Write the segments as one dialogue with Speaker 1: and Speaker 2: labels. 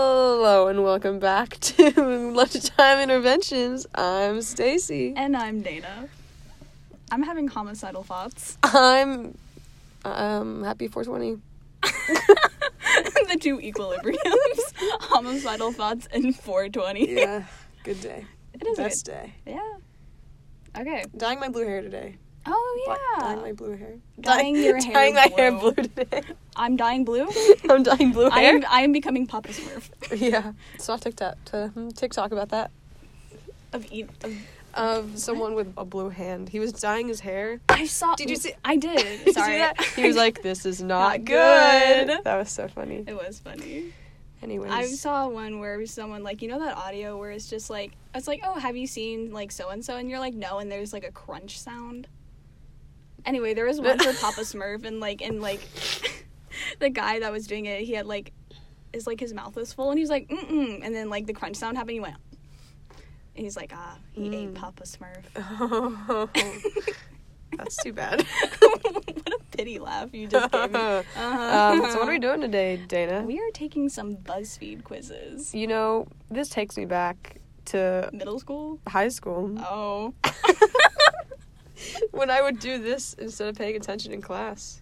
Speaker 1: Hello and welcome back to Lunchtime Interventions. I'm Stacy.
Speaker 2: And I'm Dana. I'm having homicidal thoughts.
Speaker 1: I'm um happy 420.
Speaker 2: the two equilibriums homicidal thoughts and 420.
Speaker 1: Yeah, good day.
Speaker 2: It is a
Speaker 1: Best day.
Speaker 2: good. Yeah. Okay.
Speaker 1: Dyeing my blue hair today. Bla-
Speaker 2: Oh, yeah.
Speaker 1: Dyeing my blue hair.
Speaker 2: Dyeing
Speaker 1: Dye-
Speaker 2: your hair
Speaker 1: Dyeing my hair
Speaker 2: blue.
Speaker 1: blue today.
Speaker 2: I'm dying blue.
Speaker 1: I'm dyeing blue
Speaker 2: I
Speaker 1: hair.
Speaker 2: am, I am becoming Papa Smurf
Speaker 1: yeah. Saw TikTok to hmm, TikTok about that
Speaker 2: of eat. Of,
Speaker 1: of someone with a blue hand. He was dyeing his hair.
Speaker 2: I saw.
Speaker 1: Did you see-
Speaker 2: I
Speaker 1: Did
Speaker 2: did.
Speaker 1: you see
Speaker 2: Sorry.
Speaker 1: that? He was like, "This is not,
Speaker 2: Not
Speaker 1: good.
Speaker 2: good.
Speaker 1: That was so funny.
Speaker 2: It was funny.
Speaker 1: Anyways,
Speaker 2: I saw one where someone like you know that audio where it's just like it's like oh have you seen like so and so and you're like no and there's like a crunch sound. Anyway, there was one for Papa Smurf and like and like the guy that was doing it he had like his like his mouth was full and he was like mm mm and then like the crunch sound happened he went and he's like ah he
Speaker 1: Mm.
Speaker 2: ate Papa Smurf.
Speaker 1: That's too bad.
Speaker 2: what a pity laugh you just gave me.
Speaker 1: um,
Speaker 2: Uh-huh.
Speaker 1: so what are we doing today, Dana?
Speaker 2: We are taking some BuzzFeed quizzes.
Speaker 1: you know, this takes me back to
Speaker 2: Middle school.
Speaker 1: high school
Speaker 2: Oh.
Speaker 1: when I would do this instead of paying attention in class.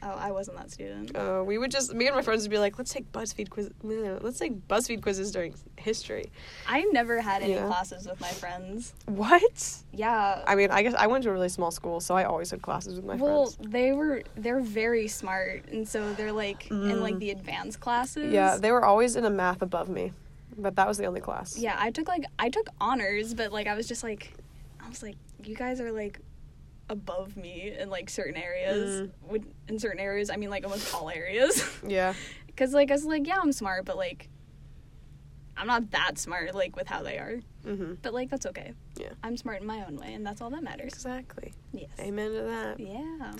Speaker 2: Oh, I wasn't that student.
Speaker 1: Uh, we would just me and my friends would be like, let's take BuzzFeed quiz. no, no, no, Let's take BuzzFeed quizzes during history.
Speaker 2: I never had any
Speaker 1: Yeah.
Speaker 2: classes with my friends.
Speaker 1: What?
Speaker 2: Yeah.
Speaker 1: I mean, I guess I went to a really small school, so I always had classes with my
Speaker 2: well,
Speaker 1: friends.
Speaker 2: they were they're very smart, and so they're like in
Speaker 1: Mm.
Speaker 2: like the advanced classes.
Speaker 1: Yeah, they were always in a math above me, but that was the only class.
Speaker 2: yeah, I took like I took honors, but like I was just like I was like you guys are like above me in like certain areas.
Speaker 1: Mm.
Speaker 2: With in certain areas, I mean like almost all areas.
Speaker 1: Yeah.
Speaker 2: Cuz like I was like yeah, I'm smart, but like I'm not that smart like with how they are.
Speaker 1: Mm-hmm.
Speaker 2: But like that's okay.
Speaker 1: Yeah.
Speaker 2: I'm smart in my own way, and that's all that matters.
Speaker 1: Exactly.
Speaker 2: Yes.
Speaker 1: Amen to that.
Speaker 2: Yeah.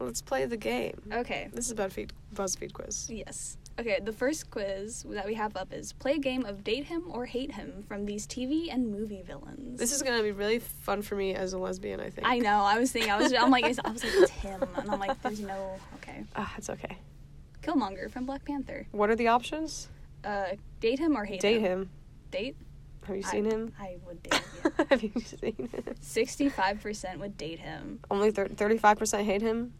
Speaker 1: Let's play the game.
Speaker 2: Okay.
Speaker 1: This is BuzzFeed BuzzFeed quiz.
Speaker 2: Yes. Okay, the first quiz that we have up is play a game of date him or hate him from these TV and movie villains.
Speaker 1: This is gonna be really fun for me as a lesbian. I think.
Speaker 2: I know. I was thinking. I was. I'm like. I was like. It's him, and I'm like. There's no. Okay.
Speaker 1: Ah, it's okay.
Speaker 2: Killmonger from Black Panther.
Speaker 1: What are the options?
Speaker 2: Uh, date him or hate
Speaker 1: Date
Speaker 2: him.
Speaker 1: him.
Speaker 2: Date.
Speaker 1: Have you seen
Speaker 2: I,
Speaker 1: him?
Speaker 2: I would date him.
Speaker 1: Have you seen him?
Speaker 2: Sixty-five percent would date him.
Speaker 1: Only thirty-five percent hate him.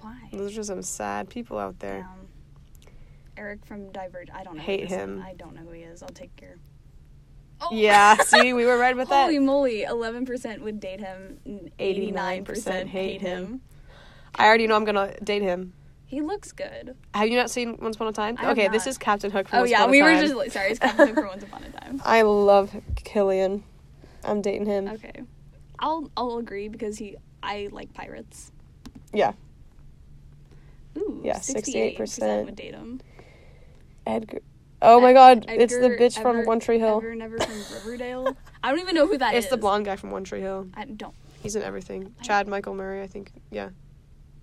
Speaker 2: Why?
Speaker 1: Those are some sad people out there.
Speaker 2: Um, Eric from Divergent. I don't know. who
Speaker 1: Hate
Speaker 2: this is.
Speaker 1: him.
Speaker 2: I don't know who he is. I'll take your. Oh.
Speaker 1: Yeah, see, we were right with that.
Speaker 2: Holy moly! Eleven percent would date him. Eighty-nine
Speaker 1: 89%
Speaker 2: percent
Speaker 1: hate
Speaker 2: hate him.
Speaker 1: him. I already know I'm gonna date him.
Speaker 2: He looks good.
Speaker 1: Have you not seen Once Upon a Time?
Speaker 2: I have
Speaker 1: okay, this
Speaker 2: not.
Speaker 1: is Captain Hook. From
Speaker 2: Oh
Speaker 1: Once
Speaker 2: yeah,
Speaker 1: Upon a
Speaker 2: we were
Speaker 1: Time.
Speaker 2: just like, sorry. It's Captain for Once Upon a Time.
Speaker 1: I love Killian. I'm dating him.
Speaker 2: Okay, I'll I'll agree because he I like pirates.
Speaker 1: Yeah,
Speaker 2: Ooh,
Speaker 1: Yeah,
Speaker 2: 68%
Speaker 1: 68%.
Speaker 2: would date him. E-
Speaker 1: Edgar. Oh my God, it's the
Speaker 2: Edgar
Speaker 1: bitch from
Speaker 2: Everett-
Speaker 1: One Tree Hill.
Speaker 2: Edgar Never from Riverdale. I don't even know who that is.
Speaker 1: it's the blonde guy from One Tree Hill.
Speaker 2: I don't.
Speaker 1: He's in everything. Chad Michael Murray, I think. Yeah.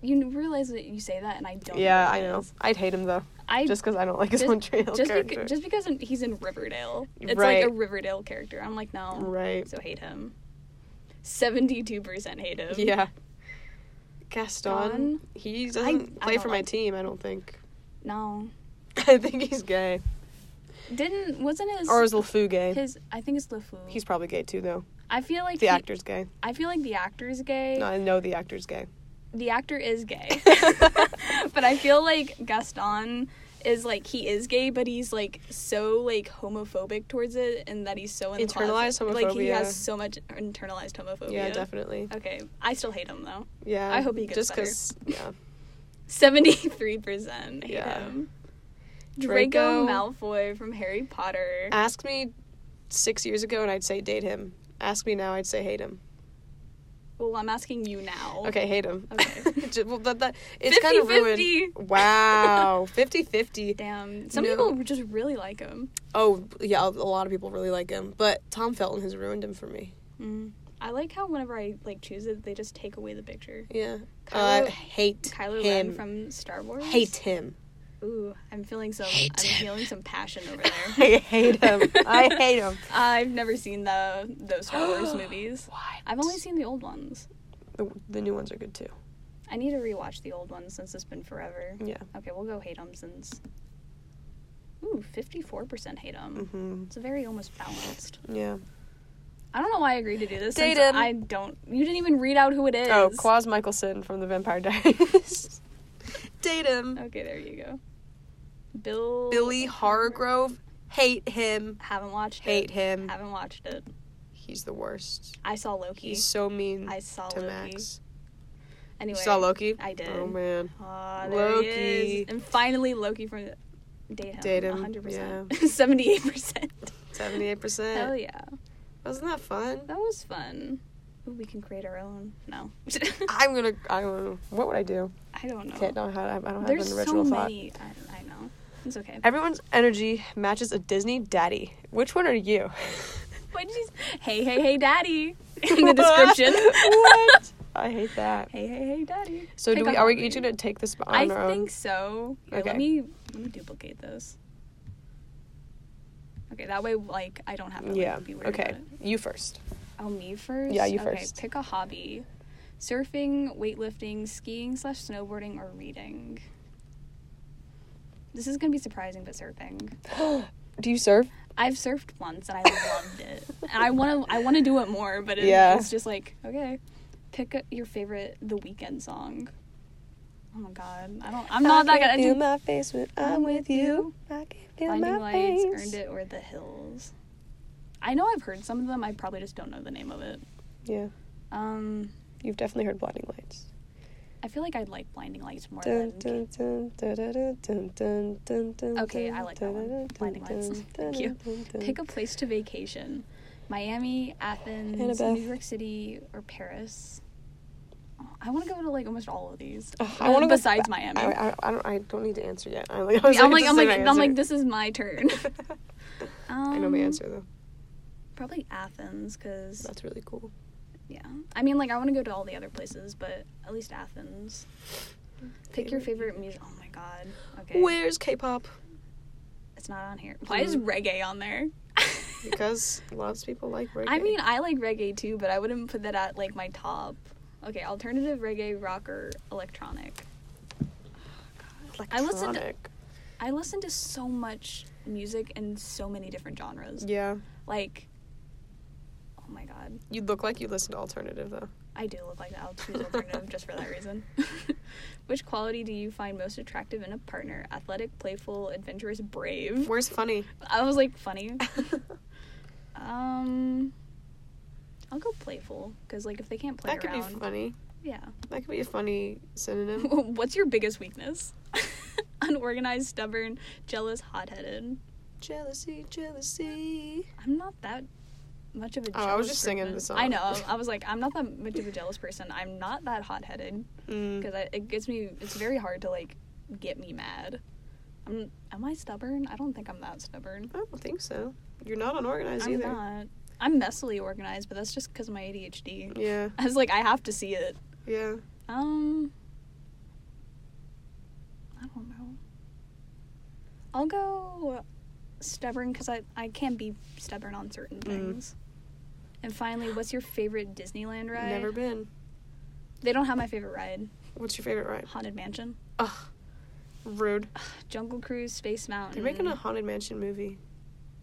Speaker 2: You realize that you say that, and I don't.
Speaker 1: Yeah,
Speaker 2: who
Speaker 1: I
Speaker 2: that
Speaker 1: know.
Speaker 2: is.
Speaker 1: I'd hate him though,
Speaker 2: I
Speaker 1: just because I don't like his
Speaker 2: just-
Speaker 1: One Tree Hill
Speaker 2: just,
Speaker 1: character.
Speaker 2: beca- just because he's in Riverdale. It's
Speaker 1: Right.
Speaker 2: like a Riverdale character. I'm like, no.
Speaker 1: right.
Speaker 2: So hate him. Seventy-two percent hate him.
Speaker 1: Yeah. Gaston.
Speaker 2: Gaston?
Speaker 1: He doesn't
Speaker 2: I
Speaker 1: play
Speaker 2: don't
Speaker 1: for my
Speaker 2: like-
Speaker 1: team. I don't think.
Speaker 2: No.
Speaker 1: I think he's gay,
Speaker 2: Didn't wasn't his
Speaker 1: or is LeFou gay?
Speaker 2: his I think it's LeFou.
Speaker 1: he's probably gay too, though.
Speaker 2: I feel like
Speaker 1: The
Speaker 2: he-
Speaker 1: actor's gay.
Speaker 2: I feel like the actor's gay.
Speaker 1: No, I know the actor's gay.
Speaker 2: the actor is gay. but I feel like Gaston is like he is gay, but he's like so like homophobic towards it, and that he's so in the
Speaker 1: Internalized
Speaker 2: closet. Like he
Speaker 1: homophobia.
Speaker 2: has so much internalized homophobia.
Speaker 1: Yeah, definitely.
Speaker 2: Okay, Oh, I still hate him though.
Speaker 1: Yeah.
Speaker 2: I hope he gets
Speaker 1: just
Speaker 2: better.
Speaker 1: because. Yeah.
Speaker 2: Seventy three percent hate
Speaker 1: Yeah.
Speaker 2: him.
Speaker 1: Draco.
Speaker 2: Draco Malfoy from Harry Potter.
Speaker 1: Ask me six years ago, and I'd say date him. Ask me now, I'd say hate him.
Speaker 2: Well, I'm asking you now.
Speaker 1: Okay, hate him.
Speaker 2: Okay.
Speaker 1: Ju- well, that, that, it's kind of ruined.
Speaker 2: 50-50.
Speaker 1: Wow, 50-50.
Speaker 2: Damn. Some
Speaker 1: No.
Speaker 2: people just really like him.
Speaker 1: Oh, yeah, a lot of people really like him, but Tom Felton has ruined him for me.
Speaker 2: Mm. I like how whenever I like choose it, they just take away the picture.
Speaker 1: Yeah, I
Speaker 2: Kylo-
Speaker 1: hate
Speaker 2: Kylo
Speaker 1: him.
Speaker 2: Ren from Star Wars.
Speaker 1: hate him.
Speaker 2: Ooh, I'm feeling some.
Speaker 1: Hate
Speaker 2: I'm
Speaker 1: him.
Speaker 2: feeling some passion over there.
Speaker 1: I hate him. I hate him.
Speaker 2: I've never seen the those Star Wars movies.
Speaker 1: Why?
Speaker 2: I've only seen the old ones.
Speaker 1: the, the new ones are good too.
Speaker 2: I need to rewatch the old ones since it's been forever.
Speaker 1: Yeah.
Speaker 2: Okay, we'll go hate them since Ooh, 54% hate him.
Speaker 1: Mm-hmm.
Speaker 2: It's very almost balanced.
Speaker 1: Yeah.
Speaker 2: I don't know why I agreed to do this.
Speaker 1: Date
Speaker 2: since
Speaker 1: him.
Speaker 2: I don't. You didn't even read out who it is.
Speaker 1: Oh, Claus Michelson from the Vampire Diaries. Date him.
Speaker 2: Okay, there you go. Bill.
Speaker 1: Billy Hargrove. Hate him.
Speaker 2: Haven't watched
Speaker 1: Hate
Speaker 2: it.
Speaker 1: him.
Speaker 2: Haven't watched it.
Speaker 1: He's the worst.
Speaker 2: I saw Loki.
Speaker 1: He's so mean
Speaker 2: I saw
Speaker 1: to
Speaker 2: Loki.
Speaker 1: Max.
Speaker 2: Anyway.
Speaker 1: You saw Loki?
Speaker 2: I did.
Speaker 1: Oh man.
Speaker 2: Ah, there Loki. He is.
Speaker 1: Loki.
Speaker 2: And finally, Loki from the. Date him.
Speaker 1: Date him,
Speaker 2: 100%. 78%.
Speaker 1: Seventy-eight
Speaker 2: Hell
Speaker 1: percent.
Speaker 2: yeah.
Speaker 1: Wasn't that fun?
Speaker 2: That was fun. Ooh, we can create our own. No.
Speaker 1: I'm gonna. I don't know. What would I do?
Speaker 2: I don't know.
Speaker 1: Can't. Know how, I I don't have
Speaker 2: There's
Speaker 1: an
Speaker 2: so
Speaker 1: original thought.
Speaker 2: many. I, I know. It's okay.
Speaker 1: Everyone's energy matches a Disney daddy. Which one are you?
Speaker 2: What did you s- Hey, hey, hey, daddy. In the description.
Speaker 1: what? I hate that.
Speaker 2: Hey, hey, hey, daddy.
Speaker 1: So do
Speaker 2: Pick
Speaker 1: we?
Speaker 2: on
Speaker 1: Are we
Speaker 2: Bobby.
Speaker 1: each gonna take this on
Speaker 2: I
Speaker 1: our own?
Speaker 2: think so. Here,
Speaker 1: Okay.
Speaker 2: Let me let me duplicate those. Okay, that way, like, I don't have to like,
Speaker 1: yeah.
Speaker 2: be weird.
Speaker 1: Okay.
Speaker 2: about it.
Speaker 1: You first.
Speaker 2: Oh, me first.
Speaker 1: Yeah, you
Speaker 2: okay,
Speaker 1: first.
Speaker 2: Pick a hobby: surfing, weightlifting, skiing slash snowboarding, or reading. This is gonna be surprising, but surfing.
Speaker 1: Do you surf?
Speaker 2: I've surfed once and I loved it. And I want to I want to do it more, but it,
Speaker 1: Yeah.
Speaker 2: it's just like, okay, pick a, your favorite the weekend song. Oh my god. I don't I'm not
Speaker 1: I
Speaker 2: that good.
Speaker 1: can
Speaker 2: I
Speaker 1: feel
Speaker 2: do
Speaker 1: my face when I'm with you. I can feel
Speaker 2: Blinding
Speaker 1: my
Speaker 2: Lights,
Speaker 1: face.
Speaker 2: Earned It or The Hills. I know I've heard some of them. I probably just don't know the name of it.
Speaker 1: Yeah,
Speaker 2: Um
Speaker 1: you've definitely heard "Blinding Lights."
Speaker 2: I feel like I like Blinding Lights more
Speaker 1: Dun,
Speaker 2: than
Speaker 1: dun, dun, dun, dun, dun, dun, dun, dun, dun,
Speaker 2: Okay,
Speaker 1: dun,
Speaker 2: I like that
Speaker 1: dun,
Speaker 2: one.
Speaker 1: dun,
Speaker 2: Blinding
Speaker 1: dun,
Speaker 2: Lights.
Speaker 1: dun,
Speaker 2: Thank
Speaker 1: dun,
Speaker 2: you.
Speaker 1: dun, dun.
Speaker 2: Pick a place to vacation. Miami, Athens,
Speaker 1: Annabeth.
Speaker 2: New York City, or Paris. Oh, I want to go to like almost all of these.
Speaker 1: Ugh, Oh, I want to
Speaker 2: Uh, besides
Speaker 1: go,
Speaker 2: Miami.
Speaker 1: I, I, I don't. I don't need to answer yet. I'm like. I was
Speaker 2: I'm like,
Speaker 1: just
Speaker 2: I'm like,
Speaker 1: saying my
Speaker 2: I'm like,
Speaker 1: answer.
Speaker 2: this is my turn. Um,
Speaker 1: I know my answer though.
Speaker 2: Probably Athens, cause
Speaker 1: That's really cool.
Speaker 2: yeah. I mean, like, I want to go to all the other places, but at least Athens. Pick your favorite music. Oh my god. Okay.
Speaker 1: Where's K-pop?
Speaker 2: It's not on here. Why is
Speaker 1: Mhm.
Speaker 2: reggae on there?
Speaker 1: Because lots of people like reggae.
Speaker 2: I mean, I like reggae too, but I wouldn't put that at like my top. Okay, alternative reggae, rock, or electronic. I listened-
Speaker 1: Electronic.
Speaker 2: I listen to so much music in so many different genres.
Speaker 1: Yeah,
Speaker 2: Like, oh my god,
Speaker 1: you look like you listen to alternative though.
Speaker 2: I do look like that. I'll choose alternative just for that reason. Which quality do you find most attractive in a partner? Athletic, playful, adventurous, brave.
Speaker 1: Where's funny?
Speaker 2: I was like funny. Um, I'll go playful because like if they can't play
Speaker 1: that could
Speaker 2: around,
Speaker 1: be funny.
Speaker 2: yeah.
Speaker 1: That could be a funny synonym.
Speaker 2: What's your biggest weakness? Unorganized, stubborn, jealous, hot-headed.
Speaker 1: jealousy, jealousy.
Speaker 2: I'm not that much of a
Speaker 1: Oh,
Speaker 2: jealous
Speaker 1: I was just singing
Speaker 2: person.
Speaker 1: the song.
Speaker 2: I know. I was like, I'm not that much of a jealous person. I'm not that hot-headed
Speaker 1: Mm.
Speaker 2: because it gets me. It's very hard to like get me mad. I'm. Am I stubborn? I don't think I'm that stubborn.
Speaker 1: I don't think so. You're not unorganized
Speaker 2: I'm
Speaker 1: either.
Speaker 2: not. I'm messily organized, but that's just because of my ADHD.
Speaker 1: Yeah,
Speaker 2: I was like, I have to see it.
Speaker 1: yeah.
Speaker 2: Um, I don't know. I'll go stubborn because I, I can be stubborn on
Speaker 1: Mm.
Speaker 2: certain things. And finally, what's your favorite Disneyland ride?
Speaker 1: Never been.
Speaker 2: They don't have my favorite ride
Speaker 1: What's your favorite ride?
Speaker 2: Haunted Mansion,
Speaker 1: Ugh, rude.
Speaker 2: Jungle Cruise, Space Mountain.
Speaker 1: They're making a haunted mansion movie.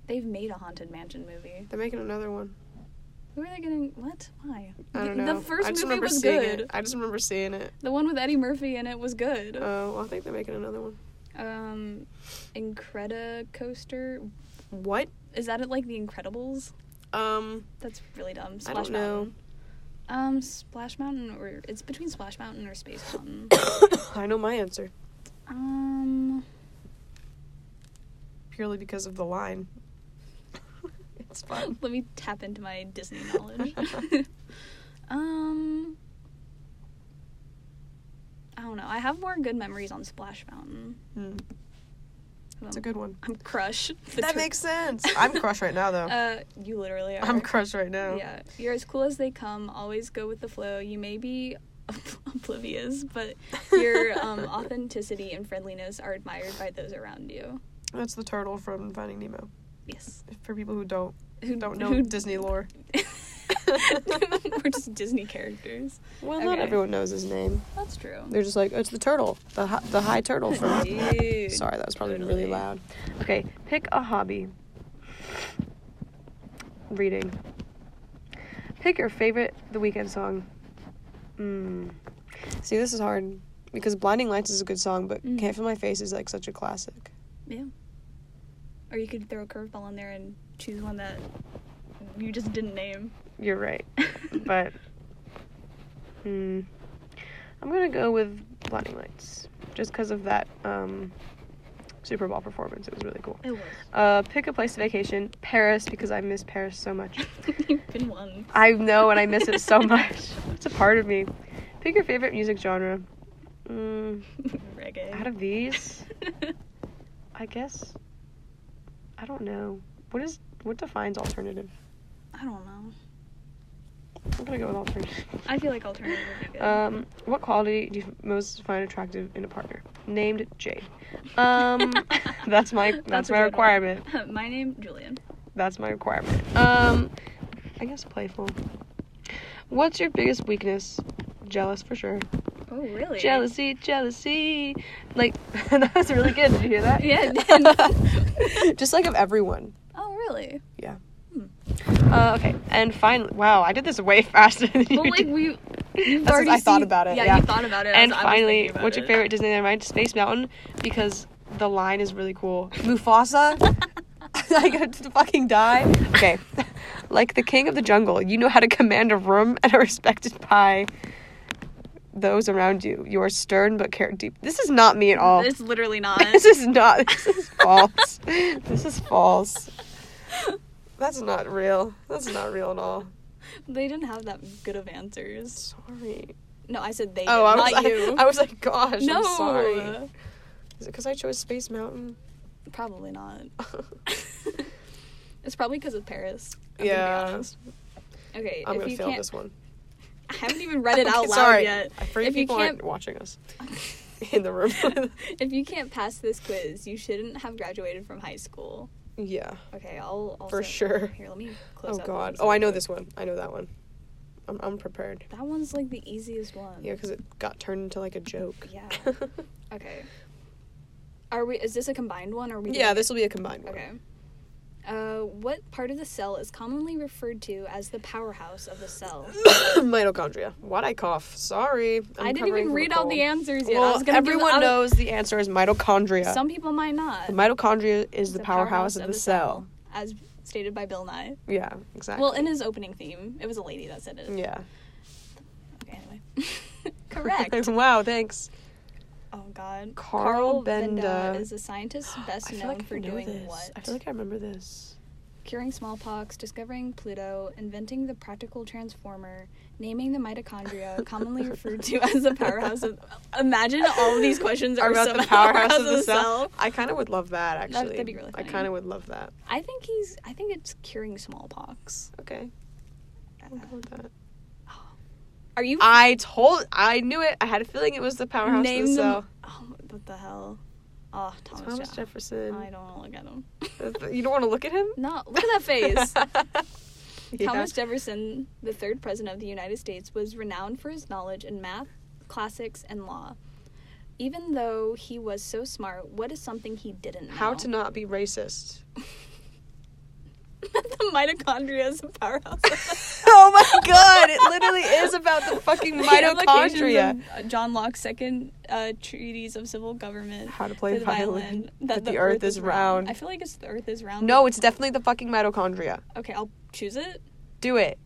Speaker 2: They've made a Haunted Mansion movie.
Speaker 1: They're making another one.
Speaker 2: Who are they getting? What? Why?
Speaker 1: I
Speaker 2: The-
Speaker 1: don't know.
Speaker 2: The first
Speaker 1: I just
Speaker 2: movie
Speaker 1: remember
Speaker 2: was
Speaker 1: seeing
Speaker 2: good.
Speaker 1: It. I just remember seeing it.
Speaker 2: The one with Eddie Murphy in it was good.
Speaker 1: Oh, well, I think they're making another one.
Speaker 2: um, Incredicoaster.
Speaker 1: What?
Speaker 2: Is that it? Like the Incredibles?
Speaker 1: Um,
Speaker 2: That's really dumb.
Speaker 1: I
Speaker 2: Splash
Speaker 1: don't know.
Speaker 2: Mountain. Um, Splash Mountain or it's between Splash Mountain or Space Mountain.
Speaker 1: I know my answer
Speaker 2: um,
Speaker 1: purely because of the line. it's fun.
Speaker 2: let me tap into my Disney knowledge. um, I don't know. I have more good memories on Splash Mountain.
Speaker 1: Hmm.
Speaker 2: Hold
Speaker 1: It's a
Speaker 2: on.
Speaker 1: good one.
Speaker 2: I'm Crush. the
Speaker 1: that
Speaker 2: tur-
Speaker 1: makes sense. I'm crushed right now, though.
Speaker 2: Uh, you literally are.
Speaker 1: I'm crushed right now.
Speaker 2: Yeah, you're as cool as they come. Always go with the flow. You may be oblivious, but your um, authenticity and friendliness are admired by those around you.
Speaker 1: That's the turtle from Finding Nemo.
Speaker 2: Yes.
Speaker 1: For people who don't
Speaker 2: Who
Speaker 1: don't know
Speaker 2: who-
Speaker 1: Disney lore,
Speaker 2: We're just Disney characters.
Speaker 1: well, not
Speaker 2: Okay.
Speaker 1: everyone knows his name.
Speaker 2: That's true.
Speaker 1: They're just like, "Oh, it's the turtle, the hi- the high turtle from.
Speaker 2: Dude,
Speaker 1: Sorry, that was probably really
Speaker 2: totally.
Speaker 1: loud. Okay, pick a hobby. Reading. Pick your favorite The Weekend song. Mm. See, this is hard because Blinding Lights is a good song, but
Speaker 2: Mhm.
Speaker 1: Can't Feel My Face is like such a classic.
Speaker 2: Yeah. Or you could throw a curveball in there and choose one that you just didn't name.
Speaker 1: You're right, but hmm, I'm gonna go with Blinding Lights just because of that um, Super Bowl performance. It was really cool.
Speaker 2: it was.
Speaker 1: Uh, pick a place to vacation. Paris because I miss Paris so much.
Speaker 2: You've been one.
Speaker 1: I know, and I miss it so much. It's a part of me. Pick your favorite music genre. Mm,
Speaker 2: Reggae.
Speaker 1: out of these, I guess. I don't know. What is what defines alternative?
Speaker 2: I don't know.
Speaker 1: I'm gonna go with alternative.
Speaker 2: I feel like alternative would be good.
Speaker 1: Um, what quality do you most find attractive in a partner? Named Jade. Um, that's my that's,
Speaker 2: a
Speaker 1: my
Speaker 2: good one.
Speaker 1: requirement.
Speaker 2: My name Julian.
Speaker 1: That's my requirement. Um, I guess playful. What's your biggest weakness? Jealous for sure.
Speaker 2: Oh really?
Speaker 1: Jealousy, jealousy. Like that was really good. Did you hear that?
Speaker 2: Yeah, it did.
Speaker 1: Just like of everyone.
Speaker 2: Oh really? Hmm.
Speaker 1: Uh, okay, and finally, wow, I did this way faster than you
Speaker 2: Well, like
Speaker 1: did.
Speaker 2: we. You've
Speaker 1: That's
Speaker 2: already
Speaker 1: what I thought
Speaker 2: seen-
Speaker 1: about it,
Speaker 2: Yeah,
Speaker 1: yeah.
Speaker 2: you thought about it.
Speaker 1: And
Speaker 2: as I was
Speaker 1: finally,
Speaker 2: thinking about
Speaker 1: what's your
Speaker 2: it.
Speaker 1: favorite Disneyland ride? Space Mountain, because the line is really cool. Mufasa. I got to fucking die. Okay. like the king of the jungle, you know how to command a room and are respected by those around you. You are stern but care deep. This is not me at all.
Speaker 2: It's literally not.
Speaker 1: This is not. This is false. this is false. That's not real. That's not real at all.
Speaker 2: they didn't have that good of answers.
Speaker 1: Sorry.
Speaker 2: No, I said they.
Speaker 1: Oh, I
Speaker 2: did,
Speaker 1: was.
Speaker 2: not you.
Speaker 1: I, I was like, gosh.
Speaker 2: no,
Speaker 1: I'm sorry. Is it because I chose Space Mountain?
Speaker 2: probably not. it's probably because of Paris. I'm gonna be
Speaker 1: Yeah.
Speaker 2: honest. Okay.
Speaker 1: I'm
Speaker 2: if
Speaker 1: gonna
Speaker 2: you
Speaker 1: fail
Speaker 2: can't,
Speaker 1: this one.
Speaker 2: I haven't even read it
Speaker 1: Okay,
Speaker 2: out loud
Speaker 1: sorry.
Speaker 2: yet.
Speaker 1: I forget
Speaker 2: If you
Speaker 1: people aren't
Speaker 2: can't-
Speaker 1: watching us in the room.
Speaker 2: if you can't pass this quiz, you shouldn't have graduated from high school.
Speaker 1: yeah.
Speaker 2: Okay, I'll. I'll
Speaker 1: For
Speaker 2: send-
Speaker 1: sure.
Speaker 2: Here, let me close.
Speaker 1: Oh
Speaker 2: up
Speaker 1: God.
Speaker 2: this
Speaker 1: Oh, I know
Speaker 2: quick.
Speaker 1: this one. I know that one. I'm I'm prepared.
Speaker 2: That one's like the easiest one.
Speaker 1: Yeah, because it got turned into like a joke.
Speaker 2: Yeah. Okay. Are we? Is this a combined one? Or are we?
Speaker 1: yeah,
Speaker 2: doing-
Speaker 1: this will be a combined one.
Speaker 2: Okay. Uh, what part of the cell is commonly referred to as the powerhouse of the cell?
Speaker 1: Mitochondria. Why'd I cough? Sorry. I'm
Speaker 2: I
Speaker 1: covering
Speaker 2: didn't even
Speaker 1: from a
Speaker 2: read out
Speaker 1: cold.
Speaker 2: the answers yet. I
Speaker 1: Well,
Speaker 2: was gonna give-
Speaker 1: everyone
Speaker 2: I was-
Speaker 1: knows the answer is mitochondria.
Speaker 2: Some people might not.
Speaker 1: the mitochondria is the, powerhouse, of the cell.
Speaker 2: as stated by Bill Nye.
Speaker 1: Yeah, exactly.
Speaker 2: Well, in his opening theme, it was a lady that said it.
Speaker 1: yeah.
Speaker 2: Okay, anyway. Correct.
Speaker 1: wow. Thanks.
Speaker 2: oh God.
Speaker 1: Carl
Speaker 2: Benda.
Speaker 1: Benda.
Speaker 2: is a scientist best
Speaker 1: I feel
Speaker 2: known
Speaker 1: like I
Speaker 2: for
Speaker 1: know
Speaker 2: doing
Speaker 1: this.
Speaker 2: what?
Speaker 1: I feel like I remember this.
Speaker 2: curing smallpox, discovering Pluto, inventing the practical transformer, naming the mitochondria, commonly referred to as the powerhouse of. Imagine all of these questions are
Speaker 1: about
Speaker 2: some
Speaker 1: the powerhouse of the cell. I kind of would love that actually.
Speaker 2: that'd be really
Speaker 1: I
Speaker 2: funny.
Speaker 1: kind of would love that.
Speaker 2: I think he's. I think it's curing smallpox.
Speaker 1: Okay. I'll go with that.
Speaker 2: Are you?
Speaker 1: I told. I knew it. I had a feeling it was the powerhouse
Speaker 2: name
Speaker 1: of the
Speaker 2: them.
Speaker 1: cell.
Speaker 2: Oh, what the hell? Oh, Thomas,
Speaker 1: Thomas
Speaker 2: Jefferson.
Speaker 1: Jefferson.
Speaker 2: I don't want to look at him.
Speaker 1: You don't want to look at him.
Speaker 2: No, look at that face.
Speaker 1: Yeah.
Speaker 2: Thomas Jefferson, the third president of the United States, was renowned for his knowledge in math, classics, and law. Even though he was so smart, what is something he didn't know?
Speaker 1: How to not be racist.
Speaker 2: the mitochondria is a powerhouse.
Speaker 1: oh my god! It literally is about the fucking
Speaker 2: The implications
Speaker 1: mitochondria.
Speaker 2: of, uh, John Locke's second uh, treatise of civil government.
Speaker 1: How to play
Speaker 2: for the
Speaker 1: violin,
Speaker 2: violin.
Speaker 1: that the earth is round.
Speaker 2: I feel like it's the earth is round.
Speaker 1: No, it's definitely the fucking mitochondria.
Speaker 2: Okay, I'll choose it.
Speaker 1: Do it.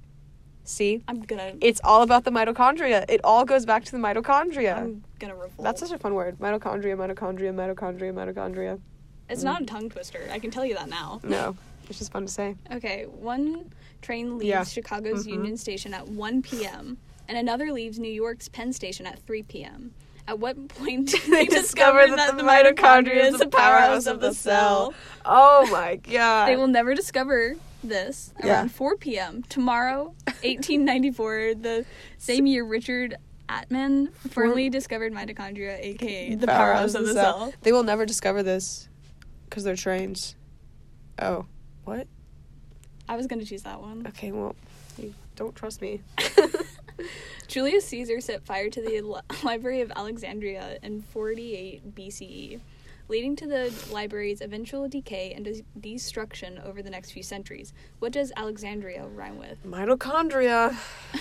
Speaker 1: See,
Speaker 2: I'm gonna.
Speaker 1: it's all about the mitochondria. It all goes back to the mitochondria.
Speaker 2: I'm gonna revolt.
Speaker 1: That's such a fun word. Mitochondria, mitochondria, mitochondria, mitochondria.
Speaker 2: it's not a tongue twister. I can tell you that now.
Speaker 1: No, it's just fun to say.
Speaker 2: Okay, one train leaves
Speaker 1: Yeah.
Speaker 2: Chicago's
Speaker 1: Mhm.
Speaker 2: Union Station at 1 p.m., and another leaves New York's Penn Station at 3 p.m. At what point did they, discover that, the mitochondria is the powerhouse of the cell?
Speaker 1: Oh my god.
Speaker 2: They will never discover this around
Speaker 1: Yeah.
Speaker 2: 4 p.m. Tomorrow, 1894, the same year Richard Atman firmly discovered mitochondria, aka the powerhouse of the cell.
Speaker 1: They will never discover this because they're trains. Oh, what?
Speaker 2: I was going to choose that one.
Speaker 1: Okay, well, you Don't trust me.
Speaker 2: Julius Caesar set fire to the li- Library of Alexandria in 48 BCE, E, leading to the library's eventual decay and des- destruction over the next few centuries. What does Alexandria rhyme with?
Speaker 1: Mitochondria.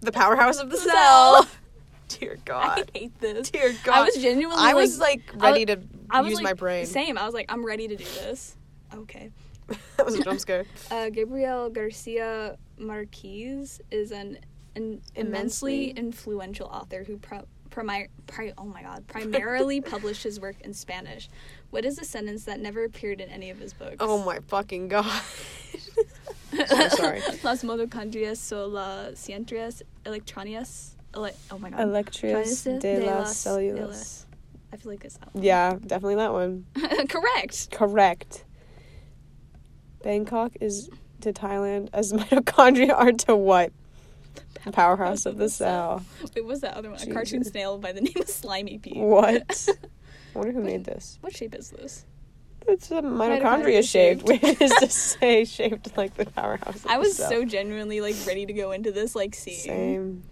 Speaker 1: The powerhouse of the cell. Dear
Speaker 2: I
Speaker 1: God.
Speaker 2: hate this.
Speaker 1: Dear God.
Speaker 2: I was genuinely.
Speaker 1: I was like
Speaker 2: I
Speaker 1: ready
Speaker 2: wa-
Speaker 1: to
Speaker 2: I was
Speaker 1: use
Speaker 2: like,
Speaker 1: my brain.
Speaker 2: Same. I was like, I'm ready to do this. Okay.
Speaker 1: that was a jump scare.
Speaker 2: Uh, Gabriel Garcia Marquez is an, an immensely
Speaker 1: Immensely.
Speaker 2: influential author who pro- primi- pri- oh my god primarily published his work in Spanish. What is a sentence that never appeared in any of his books?
Speaker 1: Oh my fucking God. so sorry.
Speaker 2: Las mitochondrias son las centrias electronias. Ele- oh my god.
Speaker 1: Electrias
Speaker 2: Electrias
Speaker 1: de
Speaker 2: de
Speaker 1: las
Speaker 2: las
Speaker 1: células.
Speaker 2: I feel like it's that. one.
Speaker 1: Yeah, definitely that one.
Speaker 2: Correct.
Speaker 1: Correct. Bangkok is to Thailand as mitochondria are to what? The powerhouse of the cell.
Speaker 2: Wait, what was that other one? A cartoon
Speaker 1: Jesus.
Speaker 2: snail by the name of Slimy Pete.
Speaker 1: What? I wonder who made this.
Speaker 2: what shape is this?
Speaker 1: It's a mitochondria
Speaker 2: Mitochondria
Speaker 1: shaped,
Speaker 2: shaped.
Speaker 1: which is to say, shaped like the powerhouse. Of
Speaker 2: I was
Speaker 1: the cell.
Speaker 2: so genuinely like ready to go into this like scene.
Speaker 1: same.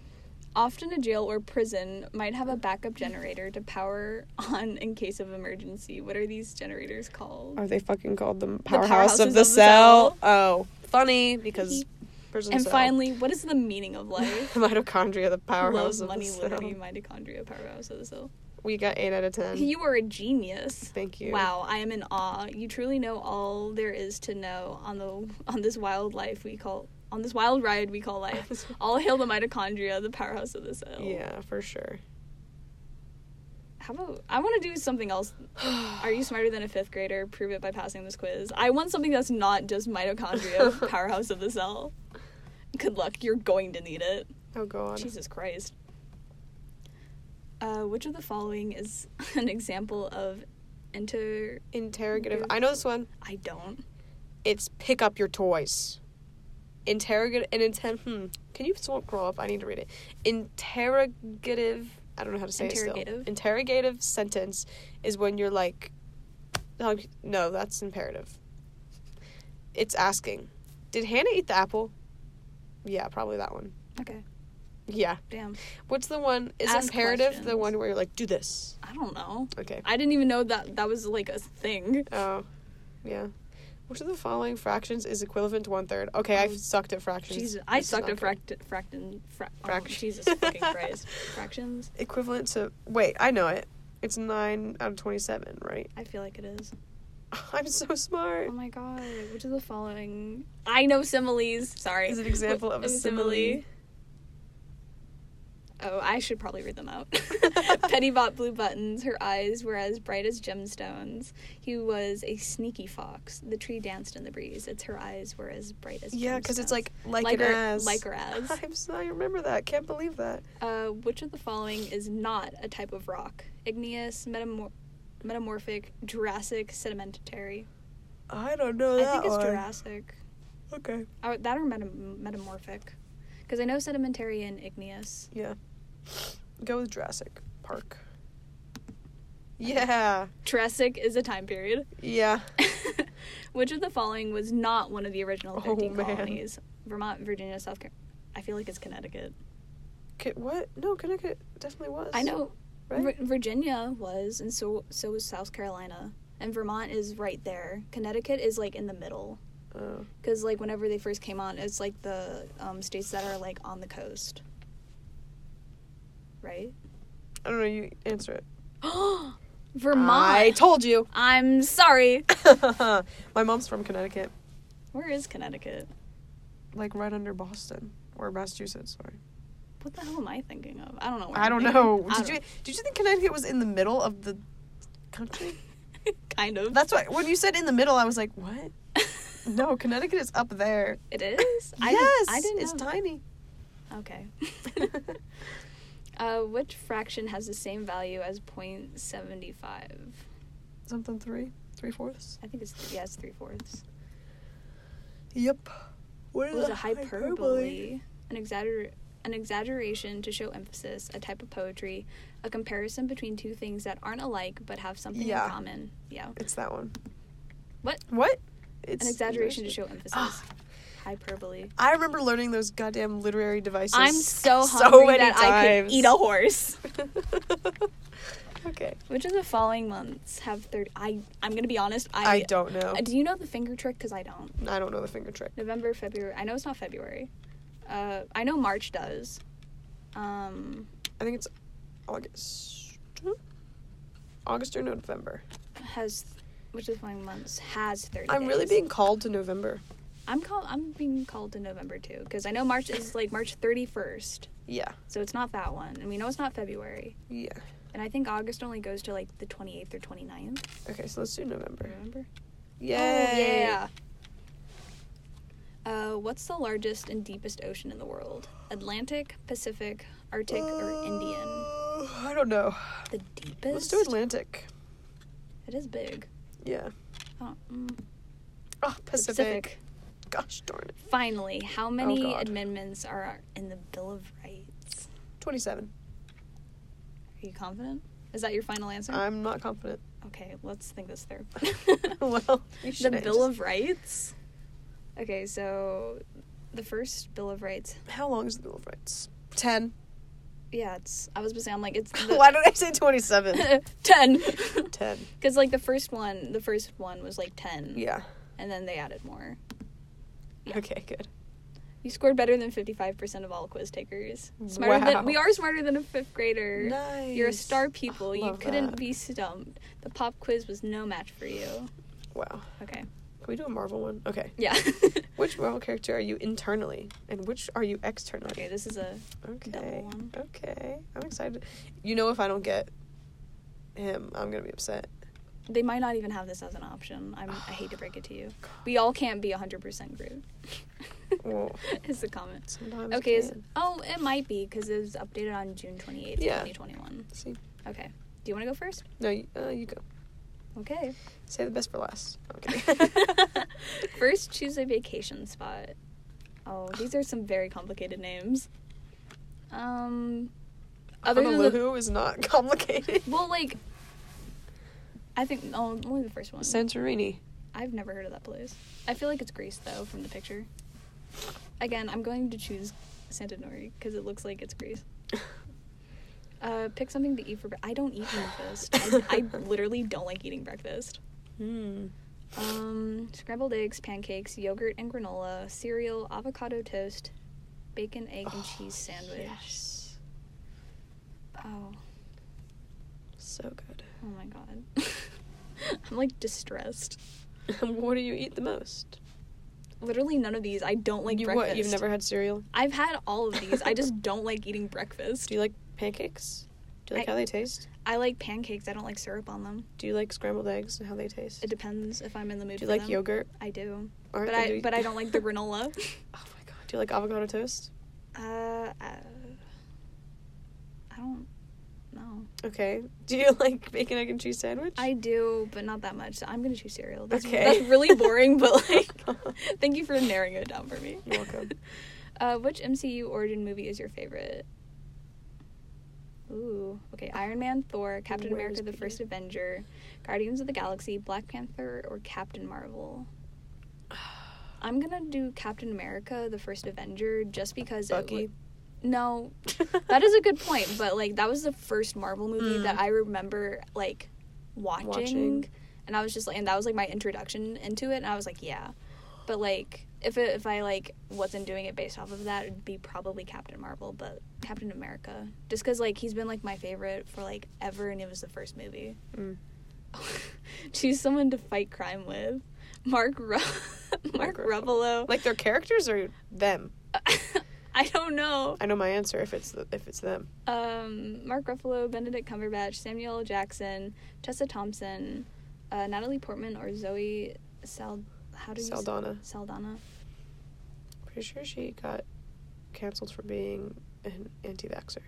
Speaker 2: Often a jail or prison might have a backup generator to power on in case of emergency. What are these generators called?
Speaker 1: Are they fucking called the
Speaker 2: powerhouses
Speaker 1: powerhouse
Speaker 2: of
Speaker 1: of the,
Speaker 2: the
Speaker 1: cell?
Speaker 2: cell.
Speaker 1: Oh, funny because prison
Speaker 2: and
Speaker 1: cell.
Speaker 2: finally, what is the meaning of life?
Speaker 1: mitochondria, the powerhouse
Speaker 2: Love,
Speaker 1: of
Speaker 2: money,
Speaker 1: the cell.
Speaker 2: liberty, mitochondria, powerhouse of the cell.
Speaker 1: We got eight out of ten.
Speaker 2: You are a genius.
Speaker 1: Thank you.
Speaker 2: Wow, I am in awe. You truly know all there is to know on the on this wild life we call on this wild ride we call life. all hail the mitochondria, the powerhouse of the cell.
Speaker 1: Yeah, for sure.
Speaker 2: How about I want to do something else?
Speaker 1: Oh,
Speaker 2: Are you smarter than a fifth grader? Prove it by passing this quiz. I want something that's not just mitochondria, powerhouse of the cell. Good luck. You're going to need it.
Speaker 1: Oh god.
Speaker 2: Jesus Christ. Uh, which of the following is an example of inter?
Speaker 1: Interrogative. I know this one.
Speaker 2: I don't.
Speaker 1: It's pick up your toys. Interrogative. An intent. Hmm. Can you still grow up? I need to read it. Interrogative. I don't know how to say it still.
Speaker 2: Interrogative.
Speaker 1: Interrogative sentence is when you're like, no, no, that's imperative. It's asking, did Hannah eat the apple? Yeah, probably that one.
Speaker 2: Okay.
Speaker 1: Yeah.
Speaker 2: Damn.
Speaker 1: What's the one? Is
Speaker 2: Ask
Speaker 1: imperative the
Speaker 2: questions.
Speaker 1: one where you're like, do this?
Speaker 2: I don't know.
Speaker 1: Okay.
Speaker 2: I didn't even know that that was like a thing.
Speaker 1: Oh, yeah. Which of the following fractions is equivalent to one third? Okay, I've
Speaker 2: Um,
Speaker 1: sucked at fractions.
Speaker 2: Jesus, I
Speaker 1: This is
Speaker 2: sucked
Speaker 1: not
Speaker 2: at
Speaker 1: good.
Speaker 2: fract fractin fra- oh,
Speaker 1: Fraction.
Speaker 2: Jesus fucking Christ. Fractions.
Speaker 1: Equivalent to wait, I know it. It's nine out of twenty-seven, right?
Speaker 2: I feel like it is.
Speaker 1: I'm so smart.
Speaker 2: Oh my god, which of the following? I know similes. Sorry.
Speaker 1: Is an example
Speaker 2: What-
Speaker 1: of a simile.
Speaker 2: Oh, I should probably read them out. Petty bought blue buttons. Her eyes were as bright as gemstones. He was a sneaky fox. The tree danced in the breeze. Its her eyes were as bright as
Speaker 1: Yeah, because it's
Speaker 2: gemstones.
Speaker 1: like like,
Speaker 2: Like
Speaker 1: an
Speaker 2: her-
Speaker 1: ass.
Speaker 2: like her ass.
Speaker 1: I'm so, I remember that. Can't believe that.
Speaker 2: Uh, which of the following is not a type of rock? Igneous, metamor- metamorphic, Jurassic, sedimentary.
Speaker 1: I don't know
Speaker 2: I
Speaker 1: that
Speaker 2: think it's
Speaker 1: one.
Speaker 2: Jurassic.
Speaker 1: Okay.
Speaker 2: Oh, that or metam- metamorphic. Because I know sedimentary and igneous.
Speaker 1: Yeah. Go with Jurassic Park. Yeah.
Speaker 2: Jurassic is a time period.
Speaker 1: Yeah.
Speaker 2: Which of the following was not one of the original
Speaker 1: Oh,
Speaker 2: 13
Speaker 1: man.
Speaker 2: colonies? Vermont, Virginia, South Carolina. I feel like it's Connecticut.
Speaker 1: Ki- what? No, Connecticut definitely was.
Speaker 2: I know
Speaker 1: Right?
Speaker 2: Vir- Virginia was, and so so was South Carolina. And Vermont is right there. Connecticut is like in the middle.
Speaker 1: Oh.
Speaker 2: Because like whenever they first came on, it's like the um, states that are like on the coast. Right?
Speaker 1: I don't know. You answer it.
Speaker 2: Vermont.
Speaker 1: I told you.
Speaker 2: I'm sorry.
Speaker 1: My mom's from Connecticut,
Speaker 2: Where is Connecticut?
Speaker 1: like right under Boston or Massachusetts. Sorry.
Speaker 2: What the hell am I thinking of? I don't know. Where
Speaker 1: I
Speaker 2: I'm
Speaker 1: don't
Speaker 2: thinking.
Speaker 1: know.
Speaker 2: Oh, I
Speaker 1: Did you did you think Connecticut was in the middle of the country?
Speaker 2: don't- kind of.
Speaker 1: That's why when you said in the middle, I was like, what? No, Connecticut is up there.
Speaker 2: it is. I
Speaker 1: yes,
Speaker 2: Didn't, I didn't
Speaker 1: it's
Speaker 2: know.
Speaker 1: tiny.
Speaker 2: that. Okay. uh, which fraction has the same value as 0.75?
Speaker 1: Something three, three fourths.
Speaker 2: I think it's th- yeah, it's three fourths.
Speaker 1: Yep. What
Speaker 2: It
Speaker 1: is
Speaker 2: was a hyperbole, an exagger an exaggeration to show emphasis, a type of poetry, a comparison between two things that aren't alike but have something
Speaker 1: Yeah.
Speaker 2: in common. Yeah.
Speaker 1: It's that one.
Speaker 2: What?
Speaker 1: What? It's
Speaker 2: An exaggeration to show emphasis.
Speaker 1: Ah,
Speaker 2: Hyperbole.
Speaker 1: I remember learning those goddamn literary devices.
Speaker 2: I'm so hungry
Speaker 1: many
Speaker 2: that I could
Speaker 1: times.
Speaker 2: eat a horse.
Speaker 1: okay.
Speaker 2: Which of the following months have thirty? I I'm gonna be honest.
Speaker 1: I,
Speaker 2: I,
Speaker 1: don't know.
Speaker 2: Uh, Do you know the finger trick? Because I don't.
Speaker 1: I don't know the finger trick.
Speaker 2: November, February. I know it's not February. Uh, I know March does. Um,
Speaker 1: I think it's August. August or November.
Speaker 2: has which of the following months has thirty?
Speaker 1: I'm really
Speaker 2: days.
Speaker 1: being called to November.
Speaker 2: I'm called. I'm being called to November too because I know March is like March thirty first,
Speaker 1: Yeah.
Speaker 2: so it's not that one, and we know it's not February,
Speaker 1: Yeah.
Speaker 2: and I think August only goes to like the twenty eighth or 29th.
Speaker 1: Okay, so let's do November.
Speaker 2: Remember?
Speaker 1: Yay.
Speaker 2: Oh, yeah. Uh, what's the largest and deepest ocean in the world? Atlantic, Pacific, Arctic, or Indian?
Speaker 1: Uh, I don't know.
Speaker 2: The deepest.
Speaker 1: Let's do Atlantic.
Speaker 2: It is big.
Speaker 1: Yeah.
Speaker 2: Oh, mm.
Speaker 1: Oh, Pacific.
Speaker 2: Pacific.
Speaker 1: Gosh darn it.
Speaker 2: Finally, how many
Speaker 1: God.
Speaker 2: amendments are in the Bill of Rights?
Speaker 1: 27.
Speaker 2: Are you confident? Is that your final answer?
Speaker 1: I'm not confident.
Speaker 2: okay, let's think this through.
Speaker 1: Well, you
Speaker 2: the
Speaker 1: should have
Speaker 2: Bill
Speaker 1: just-
Speaker 2: of Rights. Okay, so the first Bill of Rights.
Speaker 1: How long is the Bill of Rights? 10.
Speaker 2: Yeah, it's. I was gonna say I'm like it's. The,
Speaker 1: Why did I say 27?
Speaker 2: Ten.
Speaker 1: 10.
Speaker 2: Because like the first one, the first one was like ten.
Speaker 1: Yeah.
Speaker 2: And then they added more. Yeah.
Speaker 1: Okay, good.
Speaker 2: You scored better than fifty-five percent of all quiz takers. Smarter than we
Speaker 1: Wow.
Speaker 2: are smarter than a fifth grader.
Speaker 1: Nice.
Speaker 2: You're a star pupil.
Speaker 1: Oh,
Speaker 2: you
Speaker 1: love
Speaker 2: couldn't
Speaker 1: that.
Speaker 2: be stumped. The pop quiz was no match for you.
Speaker 1: Wow.
Speaker 2: Okay.
Speaker 1: Can we do a Marvel one? Okay.
Speaker 2: Yeah.
Speaker 1: Which Marvel character are you internally, and which are you
Speaker 2: okay,
Speaker 1: externally?
Speaker 2: this is a
Speaker 1: Okay.
Speaker 2: double one.
Speaker 1: Okay. I'm excited. You know, if I don't get him, I'm gonna be upset.
Speaker 2: they might not even have this as an option. I'm, I hate to break it to you. We all can't be 100% Groot.
Speaker 1: Well,
Speaker 2: is the comment.
Speaker 1: sometimes. I
Speaker 2: Okay, is,
Speaker 1: can.
Speaker 2: oh, it might be because it was updated on June 28th,
Speaker 1: Yeah.
Speaker 2: 2021.
Speaker 1: See.
Speaker 2: Okay. Do you want to go first?
Speaker 1: No, you, uh, you go.
Speaker 2: Okay.
Speaker 1: Say the best for last. Okay.
Speaker 2: First, choose a vacation spot. Oh, these are some very complicated names. Um, other than the,
Speaker 1: Honolulu is not complicated.
Speaker 2: well, like, I think oh, only the first one.
Speaker 1: Santorini.
Speaker 2: I've never heard of that place. I feel like it's Greece though, from the picture. Again, I'm going to choose Santorini because it looks like it's Greece. Uh, pick something to eat for. Bre- I don't eat breakfast. I, I literally don't like eating breakfast.
Speaker 1: Hmm.
Speaker 2: Um, scrambled eggs, pancakes, yogurt and granola, cereal, avocado toast, bacon, egg, and cheese sandwich.
Speaker 1: Oh, Yes.
Speaker 2: Oh,
Speaker 1: So good.
Speaker 2: oh my god. I'm like distressed.
Speaker 1: what do you eat the most?
Speaker 2: Literally none of these. I don't like
Speaker 1: you
Speaker 2: breakfast.
Speaker 1: what? You've never had cereal?
Speaker 2: I've had all of these. I just don't like eating breakfast.
Speaker 1: Do you like pancakes? Do you like
Speaker 2: I-
Speaker 1: how they taste?
Speaker 2: I like pancakes. I don't like syrup on them.
Speaker 1: Do you like scrambled eggs and how they taste?
Speaker 2: It depends if I'm in the mood.
Speaker 1: Do you
Speaker 2: for
Speaker 1: like
Speaker 2: them.
Speaker 1: yogurt?
Speaker 2: I do,
Speaker 1: Alright,
Speaker 2: but
Speaker 1: then
Speaker 2: I
Speaker 1: do you-
Speaker 2: but I don't like the granola.
Speaker 1: oh my god. Do you like avocado toast?
Speaker 2: Uh, uh, I don't know.
Speaker 1: Okay. Do you like bacon, egg, and cheese sandwich?
Speaker 2: I do, but not that much. So I'm gonna choose cereal. That's,
Speaker 1: Okay.
Speaker 2: that's really boring, but like, thank you for narrowing it down for me.
Speaker 1: You're welcome.
Speaker 2: Uh, which MCU origin movie is your favorite? Ooh, okay. Iron Man, Thor, Captain
Speaker 1: Where
Speaker 2: America:
Speaker 1: is
Speaker 2: The
Speaker 1: Peter?
Speaker 2: First Avenger, Guardians of the Galaxy, Black Panther, or Captain Marvel. I'm gonna do Captain America: The First Avenger just because. it
Speaker 1: Bucky.
Speaker 2: w- no, that is a good point, but like that was the first Marvel movie
Speaker 1: Mm.
Speaker 2: that I remember like watching,
Speaker 1: Watching.
Speaker 2: and I was just like, and that was like my introduction into it, and I was like, yeah, but like if it, if I like wasn't doing it based off of that, it'd be probably Captain Marvel, but Captain America, just because like he's been like my favorite for like ever, and it was the first movie.
Speaker 1: Mm.
Speaker 2: Choose someone to fight crime with, Mark Ru- Mark
Speaker 1: Mark Ruffalo.
Speaker 2: Ruffalo.
Speaker 1: Like their characters or them?
Speaker 2: I don't know.
Speaker 1: I know my answer if it's the, if it's them.
Speaker 2: um, Mark Ruffalo, Benedict Cumberbatch, Samuel L. Jackson, Tessa Thompson, uh, Natalie Portman, or Zoe Sal. How do you say-
Speaker 1: Saldana.
Speaker 2: Saldana.
Speaker 1: Pretty sure she got canceled for being an anti vaxxer.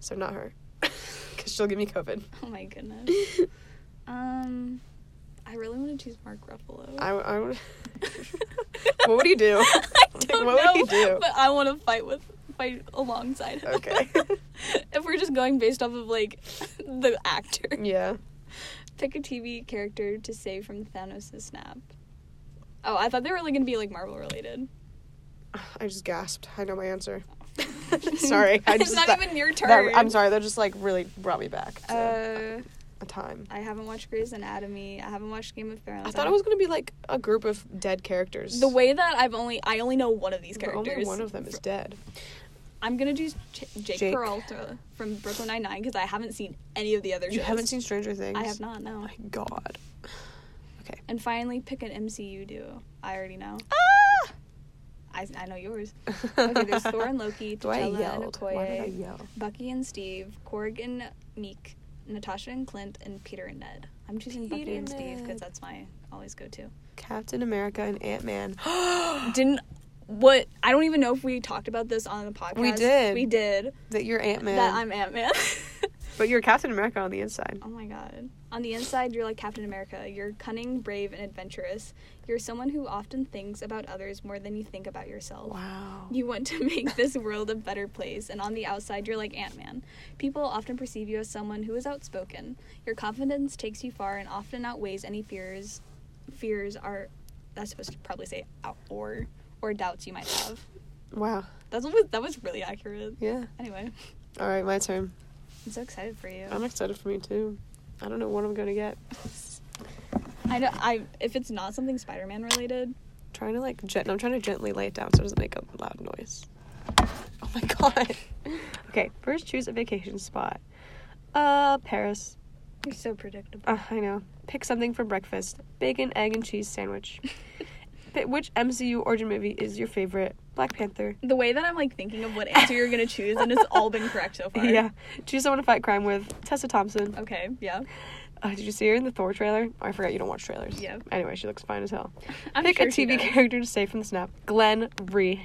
Speaker 1: So, not her. Because she'll give me COVID.
Speaker 2: Oh my goodness. um, I really want to choose Mark Ruffalo.
Speaker 1: I, I would. What would he do?
Speaker 2: I
Speaker 1: Like,
Speaker 2: don't
Speaker 1: what would
Speaker 2: know,
Speaker 1: he do?
Speaker 2: But I want to fight with fight alongside. him.
Speaker 1: Okay.
Speaker 2: if we're just going based off of like the actor,
Speaker 1: yeah.
Speaker 2: pick a TV character to save from Thanos' snap. Oh, I thought they were like gonna be like Marvel related.
Speaker 1: I just gasped. I know my answer. Sorry, I
Speaker 2: it's
Speaker 1: just-
Speaker 2: not
Speaker 1: that-
Speaker 2: even your turn.
Speaker 1: That, I'm sorry. That just like really brought me back to
Speaker 2: Uh,
Speaker 1: a time.
Speaker 2: I haven't watched Grey's Anatomy. I haven't watched Game of Thrones.
Speaker 1: I thought it was gonna be like a group of dead characters.
Speaker 2: the way that I've only I only know one of these
Speaker 1: but
Speaker 2: characters.
Speaker 1: only one of them is dead.
Speaker 2: I'm gonna do J- Jake,
Speaker 1: Jake.
Speaker 2: Peralta from Brooklyn Nine Nine because I haven't seen any of the other.
Speaker 1: You
Speaker 2: shows.
Speaker 1: haven't seen Stranger Things. Oh
Speaker 2: I have not. No.
Speaker 1: My God. Okay.
Speaker 2: And finally, pick an MCU duo. I already know.
Speaker 1: Oh. Ah!
Speaker 2: I, I know yours. Okay, there's Thor and Loki,
Speaker 1: Do I
Speaker 2: T'Challa and
Speaker 1: yelled? Why did I
Speaker 2: Okoye,
Speaker 1: yell?
Speaker 2: Bucky and Steve, Korg and Meek, Natasha and Clint, and Peter and Ned. I'm choosing
Speaker 1: Peter
Speaker 2: Bucky and
Speaker 1: and
Speaker 2: Steve because
Speaker 1: Ned.
Speaker 2: that's my always go to.
Speaker 1: Captain America and Ant Man.
Speaker 2: Didn't what? I don't even know if we talked about this on the podcast.
Speaker 1: We did.
Speaker 2: We did.
Speaker 1: that you're Ant
Speaker 2: That
Speaker 1: Man,
Speaker 2: I'm Ant Man.
Speaker 1: but you're Captain America on the inside.
Speaker 2: Oh my god. On the inside, you're like Captain America. You're cunning, brave, and adventurous. You're someone who often thinks about others more than you think about yourself.
Speaker 1: Wow.
Speaker 2: You want to make this world a better place, and on the outside, you're like Ant Man. People often perceive you as someone who is outspoken. Your confidence takes you far and often outweighs any fears. Fears are. That's supposed to probably say out or or doubts you might have.
Speaker 1: Wow.
Speaker 2: That's what was that was really accurate.
Speaker 1: Yeah.
Speaker 2: Anyway,
Speaker 1: All right, my turn.
Speaker 2: I'm so excited for you.
Speaker 1: I'm excited for me too. I don't know what I'm gonna get.
Speaker 2: I know I if it's not something Spider Man related,
Speaker 1: trying to like gen- I'm trying to gently lay it down so it doesn't make a loud noise. Oh my god. okay, first choose a vacation spot. Uh, Paris.
Speaker 2: you're so predictable.
Speaker 1: Uh, I know. Pick something for breakfast: bacon, egg, and cheese sandwich. Pick which MCU origin movie is your favorite? Black Panther.
Speaker 2: The way that I'm like thinking of what answer you're gonna choose, and it's all been correct so far.
Speaker 1: Yeah. Choose someone to fight crime with. Tessa Thompson.
Speaker 2: Okay. Yeah.
Speaker 1: Uh, did you see her in the Thor trailer? Oh, I forgot you don't watch trailers.
Speaker 2: Yeah.
Speaker 1: Anyway, she looks fine as hell.
Speaker 2: I'm
Speaker 1: Pick
Speaker 2: sure
Speaker 1: a
Speaker 2: she
Speaker 1: TV
Speaker 2: does.
Speaker 1: character to save from the snap. Glenn Ree.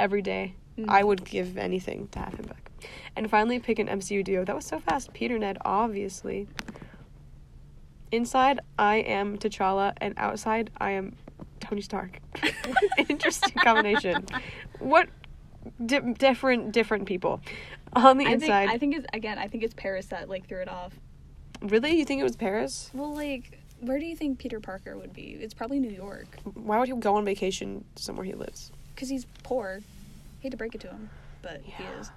Speaker 1: Every day.
Speaker 2: Mhm.
Speaker 1: I would give anything to have him back. And finally, pick an MCU duo. That was so fast. Peter Ned, obviously. Inside, I am T'Challa, and outside, I am Tony Stark. Interesting combination. What di- different different people on the
Speaker 2: I think,
Speaker 1: inside?
Speaker 2: I think it's again. I think it's Paris that like threw it off.
Speaker 1: really, you think it was Paris?
Speaker 2: Well, like, where do you think Peter Parker would be? It's probably New York
Speaker 1: Why would he go on vacation somewhere he lives?
Speaker 2: because he's poor. Hate to break it to him, but he is.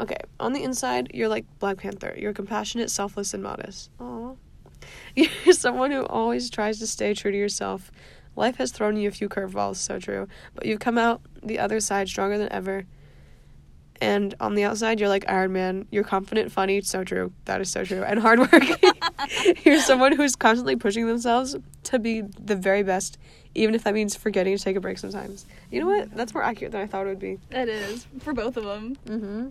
Speaker 1: Okay, on the inside, you're like Black Panther. You're compassionate, selfless, and modest. Aww. You're someone who always tries to stay true to yourself. Life has thrown you a few curveballs, so true. But you've come out the other side stronger than ever. And on the outside, you're like Iron Man. You're confident, funny, so true. That is so true. And hardworking. you're someone who's constantly pushing themselves to be the very best, even if that means forgetting to take a break sometimes. You know what? That's more accurate than I thought it would be.
Speaker 2: That is for both of them.
Speaker 1: Mm hmm.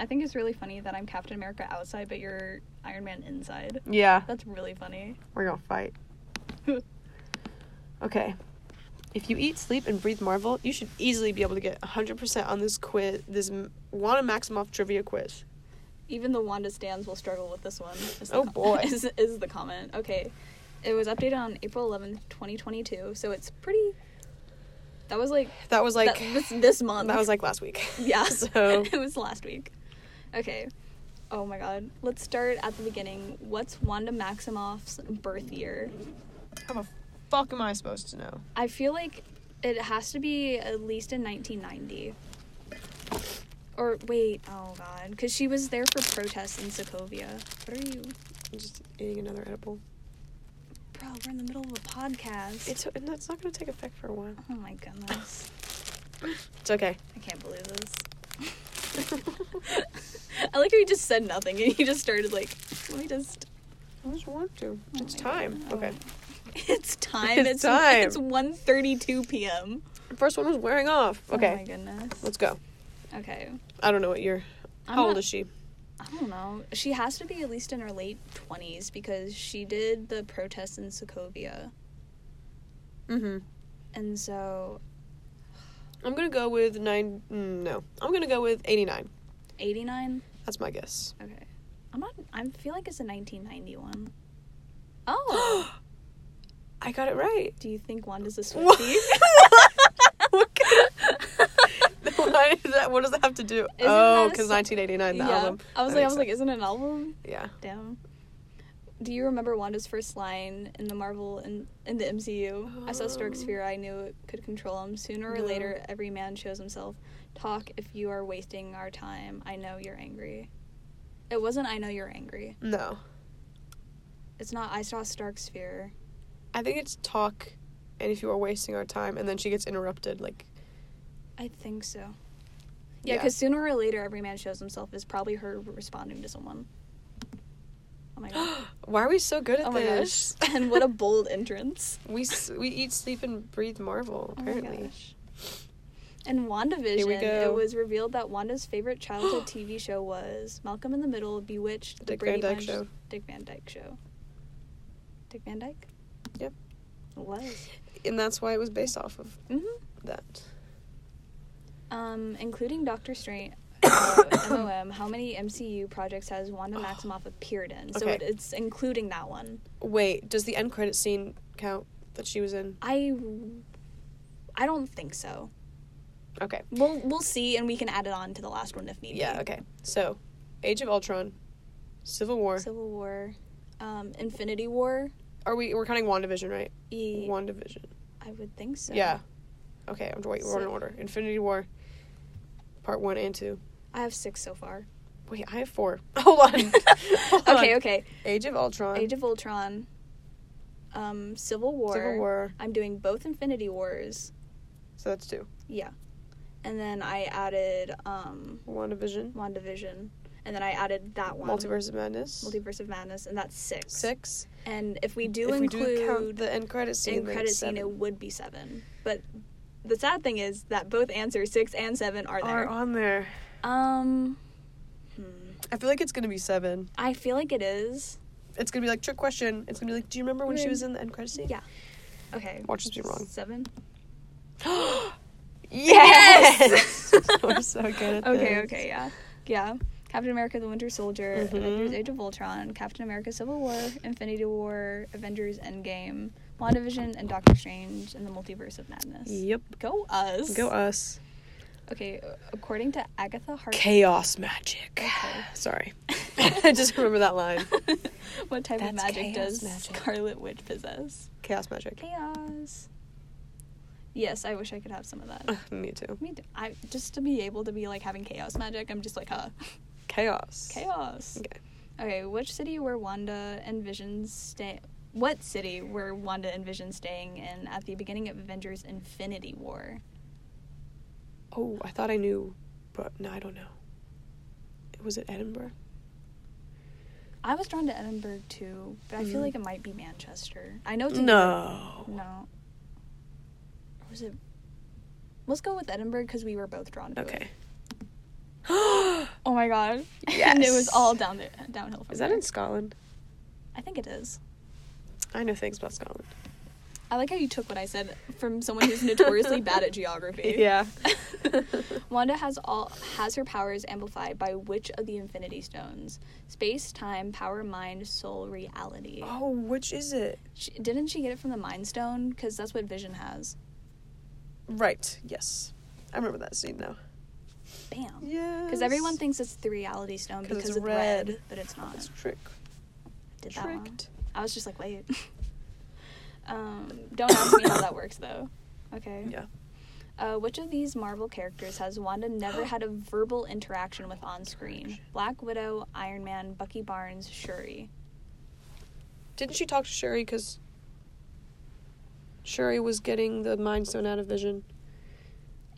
Speaker 2: I think it's really funny that I'm Captain America outside, but you're Iron Man inside.
Speaker 1: Yeah.
Speaker 2: That's really funny.
Speaker 1: We're gonna fight. okay. If you eat, sleep, and breathe Marvel, you should easily be able to get 100% on this quiz, this M- Wanda Maximoff trivia quiz.
Speaker 2: Even the Wanda stands will struggle with this one. is the
Speaker 1: Oh, boy.
Speaker 2: Is, is the comment okay? It was updated on April 11th, 2022, so it's pretty. That was like
Speaker 1: That was like
Speaker 2: that- this this month.
Speaker 1: that was like last week.
Speaker 2: Yeah.
Speaker 1: So-
Speaker 2: it was last week. Okay. Oh my god. Let's start at the beginning. What's Wanda Maximoff's birth year?
Speaker 1: How the fuck am I supposed to know?
Speaker 2: I feel like it has to be at least in 1990. Or wait, oh god, because she was there for protests in Sokovia. What are you,
Speaker 1: I'm just eating another edible.
Speaker 2: bro? We're in the middle of a podcast.
Speaker 1: It's and that's not gonna take effect for a while.
Speaker 2: oh my goodness,
Speaker 1: It's okay.
Speaker 2: I can't believe this. I like how you just said nothing and you just started like, let me just
Speaker 1: I just want to.
Speaker 2: Oh
Speaker 1: it's
Speaker 2: my
Speaker 1: time.
Speaker 2: God.
Speaker 1: Okay.
Speaker 2: It's time.
Speaker 1: It's
Speaker 2: It's, it's
Speaker 1: time.
Speaker 2: It's 1.32 p.m.
Speaker 1: First one was wearing off.
Speaker 2: Oh my
Speaker 1: Okay.
Speaker 2: goodness.
Speaker 1: Let's go.
Speaker 2: Okay.
Speaker 1: I don't know what year.
Speaker 2: I'm
Speaker 1: How old
Speaker 2: not-
Speaker 1: is she?
Speaker 2: I don't know. She has to be at least in her late 20s because she did the protests in Sokovia.
Speaker 1: Mm-hmm.
Speaker 2: And so,
Speaker 1: I'm gonna go with nine. mm, No, I'm gonna go with 89.
Speaker 2: 89?
Speaker 1: That's my guess.
Speaker 2: Okay. I'm not, I feel like it's a 1991. Oh!
Speaker 1: I got it right.
Speaker 2: Do you think Wanda's a
Speaker 1: What?
Speaker 2: Swiftie?
Speaker 1: What? Why is that? What does that have to do?
Speaker 2: Isn't
Speaker 1: oh,
Speaker 2: that a
Speaker 1: because
Speaker 2: song-
Speaker 1: 1989 the
Speaker 2: yeah.
Speaker 1: album.
Speaker 2: I was
Speaker 1: That makes
Speaker 2: like, I was like, isn't it an album?
Speaker 1: sense. yeah.
Speaker 2: Damn. Do you remember Wanda's first line in the Marvel in, in the MCU? I saw Stark's
Speaker 1: Um,
Speaker 2: fear. I knew it could control him. Sooner or
Speaker 1: no.
Speaker 2: later, every man shows himself. Talk if you are wasting our time. I know you're angry. It wasn't. I know you're angry.
Speaker 1: No.
Speaker 2: It's not. I saw Stark's fear.
Speaker 1: I think it's talk and if you are wasting our time and then she gets interrupted like
Speaker 2: I think so. Yeah,
Speaker 1: Yeah.
Speaker 2: because sooner or later, every man shows himself is probably her responding to someone. Oh my god.
Speaker 1: why are we so good at
Speaker 2: oh my
Speaker 1: this?
Speaker 2: gosh. And what a bold entrance.
Speaker 1: we s- we eat, sleep and breathe Marvel
Speaker 2: Oh my
Speaker 1: apparently.
Speaker 2: gosh. And WandaVision,
Speaker 1: go.
Speaker 2: it was revealed that Wanda's favorite childhood TV show was Malcolm in the Middle, Bewitched, The
Speaker 1: Dick Van
Speaker 2: Brady
Speaker 1: Dyke
Speaker 2: Bunch,
Speaker 1: Show.
Speaker 2: Dick Van Dyke Show. Dick Van Dyke?
Speaker 1: Yep.
Speaker 2: It was.
Speaker 1: and that's why it was based off of
Speaker 2: hmm
Speaker 1: that.
Speaker 2: Um, including Doctor Strange. Uh, MOM, how many MCU projects has Wanda Maximoff appeared in? So
Speaker 1: Oh. Okay.
Speaker 2: it, it's including that one.
Speaker 1: Wait, does the end credit scene count that she was in?
Speaker 2: I, I don't think so.
Speaker 1: Okay.
Speaker 2: We'll we'll see, and we can add it on to the last one if need be.
Speaker 1: Yeah, okay. So, Age of Ultron, Civil War.
Speaker 2: Civil War, um, Infinity War.
Speaker 1: Are we we're counting WandaVision, right?
Speaker 2: E-
Speaker 1: WandaVision.
Speaker 2: I would think so.
Speaker 1: Yeah. Okay, I'm wait, we're in
Speaker 2: So-
Speaker 1: order. Infinity War part 1 and 2.
Speaker 2: I have six so far.
Speaker 1: Wait, I have 4. Hold on. Hold
Speaker 2: okay,
Speaker 1: on.
Speaker 2: okay.
Speaker 1: Age of Ultron,
Speaker 2: Age of Ultron, um, Civil War.
Speaker 1: Civil War.
Speaker 2: I'm doing both Infinity Wars.
Speaker 1: So that's 2.
Speaker 2: Yeah. And then I added um,
Speaker 1: WandaVision,
Speaker 2: WandaVision. And then I added that one.
Speaker 1: Multiverse of Madness.
Speaker 2: Multiverse of Madness, and that's six.
Speaker 1: 6.
Speaker 2: And if we do
Speaker 1: if we
Speaker 2: include
Speaker 1: do count the end credit scene,
Speaker 2: end
Speaker 1: then
Speaker 2: credit
Speaker 1: it's
Speaker 2: scene, it
Speaker 1: seven.
Speaker 2: would be seven. But the sad thing is that both answers six and seven are
Speaker 1: are
Speaker 2: there.
Speaker 1: on there.
Speaker 2: um, hmm.
Speaker 1: I feel like it's going to be 7.
Speaker 2: I feel like it is.
Speaker 1: It's gonna be like trick question. It's gonna be like, do you remember when she was in the end credit scene?
Speaker 2: Yeah. Okay.
Speaker 1: Watch this be wrong.
Speaker 2: Seven.
Speaker 1: yes. We're so good at
Speaker 2: Okay,
Speaker 1: this.
Speaker 2: okay, yeah. Yeah. Captain America the Winter Soldier,
Speaker 1: Mhm.
Speaker 2: Avengers Age of Ultron, Captain America Civil War, Infinity War, Avengers Endgame, WandaVision, and Doctor Strange and the Multiverse of Madness.
Speaker 1: Yep.
Speaker 2: Go us.
Speaker 1: Go us.
Speaker 2: Okay, according to Agatha Harkness.
Speaker 1: Chaos magic.
Speaker 2: Okay.
Speaker 1: Sorry. I just remember that line.
Speaker 2: what type
Speaker 1: That's
Speaker 2: of
Speaker 1: chaos
Speaker 2: magic does
Speaker 1: magic.
Speaker 2: Scarlet Witch possess?
Speaker 1: Chaos magic.
Speaker 2: Chaos. Yes, I wish I could have some of that.
Speaker 1: Ugh, me too.
Speaker 2: I mean, I just to be able to be like having chaos magic, I'm just like, huh,
Speaker 1: Chaos.
Speaker 2: chaos.
Speaker 1: Okay.
Speaker 2: Okay, which city were Wanda and Vision stay? What city were Wanda and Vision staying in at the beginning of Avengers: Infinity War?
Speaker 1: Oh, I thought I knew, but no, I don't know. Was it Edinburgh?
Speaker 2: I was drawn to Edinburgh too, but I feel
Speaker 1: Mhm.
Speaker 2: like it might be Manchester. I know it's in
Speaker 1: No.
Speaker 2: Europe. no. Or Was it? Let's go with Edinburgh because we were both drawn to it.
Speaker 1: Okay.
Speaker 2: Oh my god. and it was
Speaker 1: Yes.
Speaker 2: all down the downhill from
Speaker 1: Is that
Speaker 2: there.
Speaker 1: in Scotland?
Speaker 2: I think it is.
Speaker 1: I know things about Scotland.
Speaker 2: I like how you took what I said from someone who's notoriously bad at geography.
Speaker 1: Yeah.
Speaker 2: Wanda has all has her powers amplified by which of the Infinity Stones? Space, time, power, mind, soul, reality.
Speaker 1: Oh, which is it?
Speaker 2: She, didn't she get it from the Mind Stone? Because that's what Vision has.
Speaker 1: Right. Yes. I remember that scene now.
Speaker 2: Bam.
Speaker 1: Yeah.
Speaker 2: Because everyone thinks it's the Reality Stone
Speaker 1: 'Cause it's
Speaker 2: because it's
Speaker 1: red.
Speaker 2: red. but it's not.
Speaker 1: it's trick.
Speaker 2: Did that one.
Speaker 1: Tricked.
Speaker 2: I was just like, wait. um, don't ask me how that works though. Okay.
Speaker 1: Yeah.
Speaker 2: Uh, which of these Marvel characters has Wanda never had a verbal interaction with on screen? Black Widow, Iron Man, Bucky Barnes, Shuri.
Speaker 1: Didn't she talk to Sherry because Sherry was getting the mind stone out of vision?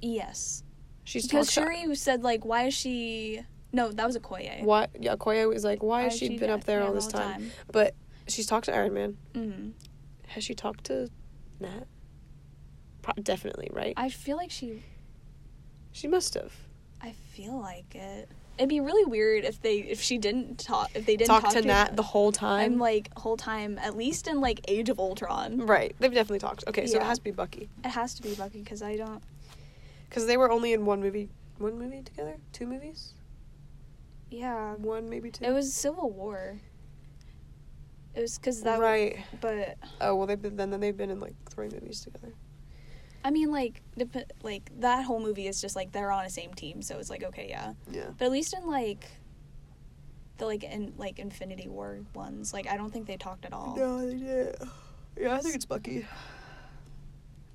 Speaker 2: Yes.
Speaker 1: She's
Speaker 2: because
Speaker 1: talked
Speaker 2: Shuri
Speaker 1: to
Speaker 2: said, like, why is she. No, that was a Koye.
Speaker 1: why yeah, Koya was like, Why has
Speaker 2: has
Speaker 1: she
Speaker 2: she
Speaker 1: been
Speaker 2: been
Speaker 1: up there
Speaker 2: there
Speaker 1: all
Speaker 2: the
Speaker 1: this
Speaker 2: whole
Speaker 1: time?
Speaker 2: time?
Speaker 1: But she's talked to Iron Man.
Speaker 2: Mhm.
Speaker 1: Has she talked to Nat? Pro- definitely, right?
Speaker 2: I feel like she.
Speaker 1: she must have.
Speaker 2: I feel like it. It'd be really weird if they if she didn't talk if they didn't
Speaker 1: Talked to Nat the whole
Speaker 2: I'm
Speaker 1: time. Mm.
Speaker 2: like whole time at least in like Age of Ultron.
Speaker 1: Right, they've definitely talked. Okay, so it
Speaker 2: Yeah.
Speaker 1: has to be Bucky
Speaker 2: It has to be Bucky because I don't.
Speaker 1: because they were only in one movie, one movie together, two movies,
Speaker 2: Yeah,
Speaker 1: one maybe two.
Speaker 2: it was Civil War. It was because that.
Speaker 1: right.
Speaker 2: But
Speaker 1: Oh well, they've been then. Then they've been in like three movies together.
Speaker 2: I mean, like, dep- like that whole movie is just like they're on the same team, so it's like okay, yeah.
Speaker 1: Yeah.
Speaker 2: But at least in like the like in like Infinity War ones. Like I don't think they talked at all.
Speaker 1: No, they did. Yeah, I think it's Bucky.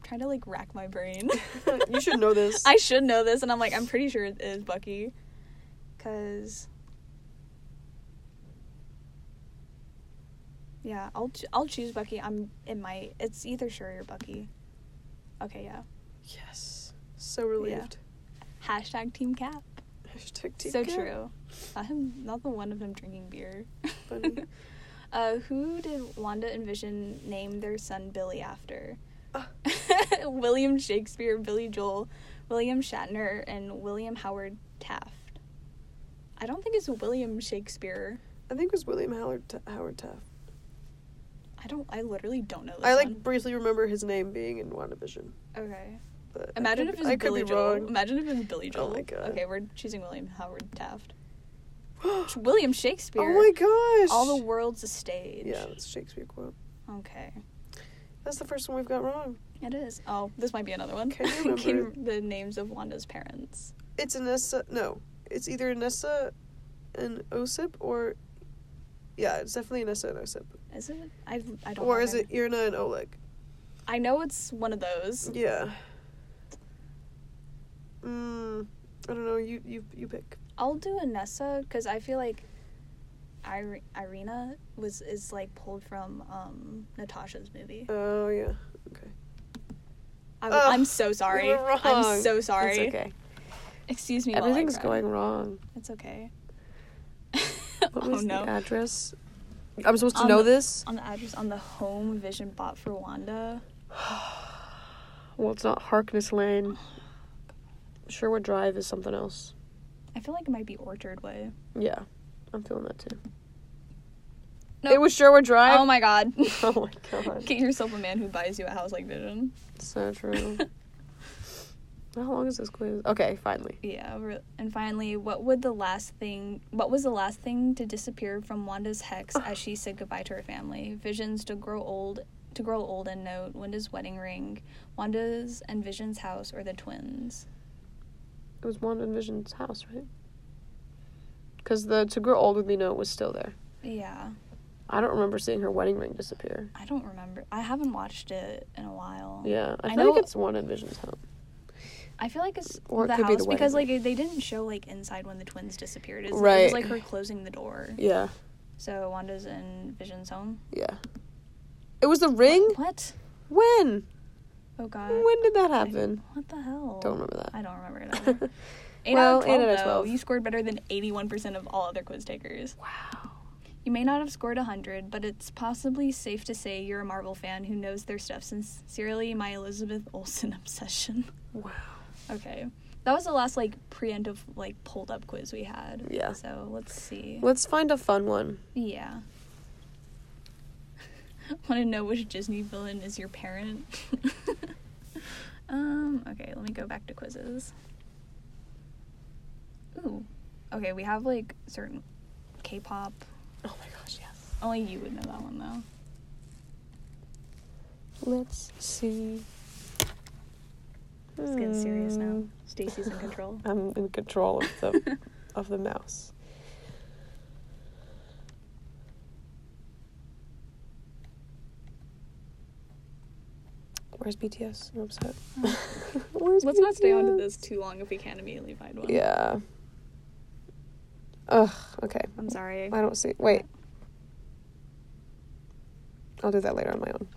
Speaker 2: Trying to like rack my brain.
Speaker 1: You should know this.
Speaker 2: I should know this, and I'm like I'm pretty sure it is Bucky, because. Yeah, I'll ch- I'll choose Bucky. I'm in my it's either Shuri or Bucky. Okay, yeah.
Speaker 1: Yes. So relieved.
Speaker 2: Hashtag Team Cap.
Speaker 1: Hashtag team
Speaker 2: so
Speaker 1: cap.
Speaker 2: true. Not him, not the one of him drinking beer.
Speaker 1: Funny.
Speaker 2: uh, who did Wanda and Vision name their son Billy after?
Speaker 1: Ah.
Speaker 2: William Shakespeare, Billy Joel, William Shatner, and William Howard Taft. I don't think it's William Shakespeare.
Speaker 1: I think it was William Howard, Ta- Howard Taft.
Speaker 2: I don't. I literally don't know. This
Speaker 1: I like
Speaker 2: one.
Speaker 1: briefly remember his name being in WandaVision.
Speaker 2: Okay.
Speaker 1: But I
Speaker 2: Imagine
Speaker 1: could-
Speaker 2: if it's
Speaker 1: I could
Speaker 2: Billy
Speaker 1: be
Speaker 2: Joel.
Speaker 1: wrong.
Speaker 2: Imagine if it's Billy Joel.
Speaker 1: Oh my God.
Speaker 2: Okay, we're choosing William Howard Taft. William Shakespeare.
Speaker 1: Oh my gosh.
Speaker 2: All the world's a stage.
Speaker 1: Yeah, it's a Shakespeare quote.
Speaker 2: Okay.
Speaker 1: That's the first one we've got wrong.
Speaker 2: It is. Oh, this might be another one.
Speaker 1: Can you
Speaker 2: Can
Speaker 1: remember-
Speaker 2: the names of Wanda's parents?
Speaker 1: It's Anessa. No, it's either Anessa and Osip or. Yeah, it's definitely Anessa and Osip.
Speaker 2: Is it? I, I don't.
Speaker 1: Or is
Speaker 2: remember.
Speaker 1: it Irna and Oleg?
Speaker 2: I know it's one of those.
Speaker 1: Yeah. Mm, I don't know. You you you pick.
Speaker 2: I'll do Anessa because I feel like Ir- Irina was is like pulled from um, Natasha's movie.
Speaker 1: Oh yeah. Okay.
Speaker 2: I,
Speaker 1: Ugh,
Speaker 2: am so sorry.
Speaker 1: We were wrong.
Speaker 2: I'm so
Speaker 1: It's
Speaker 2: sorry.
Speaker 1: okay.
Speaker 2: Excuse me. while I
Speaker 1: Everything's
Speaker 2: cry.
Speaker 1: going wrong.
Speaker 2: It's okay.
Speaker 1: What
Speaker 2: oh
Speaker 1: was
Speaker 2: no. Um,
Speaker 1: the address? I'm supposed to
Speaker 2: On
Speaker 1: know
Speaker 2: the-
Speaker 1: this.
Speaker 2: on the address on the home vision bot for Wanda.
Speaker 1: Well, it's not Harkness Lane. Sherwood Drive is something else.
Speaker 2: I feel like it might be Orchard Way.
Speaker 1: Yeah, I'm feeling that too.
Speaker 2: No.
Speaker 1: It was Sherwood Drive.
Speaker 2: oh my god.
Speaker 1: Oh my god.
Speaker 2: Get yourself a man who buys you a house like Vision.
Speaker 1: So true. How long is this quiz? Okay, finally.
Speaker 2: Yeah. re- And finally, what would the last thing? What was the last thing to disappear from Wanda's hex as she said goodbye to her family? Visions to grow old, to grow old and note Wanda's wedding ring, Wanda's and Vision's house, or the twins.
Speaker 1: It was Wanda and Vision's house, right? Because the To Grow Old With Me note was still there.
Speaker 2: Yeah,
Speaker 1: I don't remember seeing her wedding ring disappear.
Speaker 2: I don't remember. I haven't watched it in a while.
Speaker 1: Yeah, I,
Speaker 2: I
Speaker 1: think
Speaker 2: know-
Speaker 1: it's Wanda and Vision's house.
Speaker 2: I feel like it's
Speaker 1: Or it
Speaker 2: the
Speaker 1: could be the
Speaker 2: house because like
Speaker 1: wedding
Speaker 2: they didn't show like inside when the twins disappeared. It's, It
Speaker 1: Right.
Speaker 2: was like her closing the door.
Speaker 1: Yeah,
Speaker 2: So Wanda's in Vision's home.
Speaker 1: yeah. It was the ring?
Speaker 2: What?
Speaker 1: When?
Speaker 2: Oh God.
Speaker 1: When did that happen?
Speaker 2: What the hell?
Speaker 1: Don't remember that.
Speaker 2: I don't remember it either. Eight
Speaker 1: Well,
Speaker 2: out of 12,
Speaker 1: eight out of
Speaker 2: though.
Speaker 1: 12.
Speaker 2: You scored better than 81% of all other quiz takers.
Speaker 1: Wow.
Speaker 2: You may not have scored 100, but it's possibly safe to say you're a Marvel fan who knows their stuff. Sincerely, my Elizabeth Olsen obsession.
Speaker 1: Wow.
Speaker 2: Okay. That was the last, like, preemptive, like, pulled up quiz we had.
Speaker 1: Yeah.
Speaker 2: So let's see.
Speaker 1: Let's find a fun one.
Speaker 2: Yeah. Want to know which Disney villain is your parent? um, okay, let me go back to quizzes. Ooh. Okay, we have like certain K pop.
Speaker 1: Oh my gosh, yes.
Speaker 2: Only you would know that one though.
Speaker 1: Let's see.
Speaker 2: It's getting serious now.
Speaker 1: Hmm.
Speaker 2: Stacy's in control.
Speaker 1: I'm in control of the of the mouse. Where's BTS? I'm upset. Where's
Speaker 2: Oh. Let's not stay on to
Speaker 1: BTS?
Speaker 2: this too long if we can't immediately find one.
Speaker 1: Yeah. Ugh. Okay.
Speaker 2: I'm sorry.
Speaker 1: I don't see. Wait. I'll do that later on my own.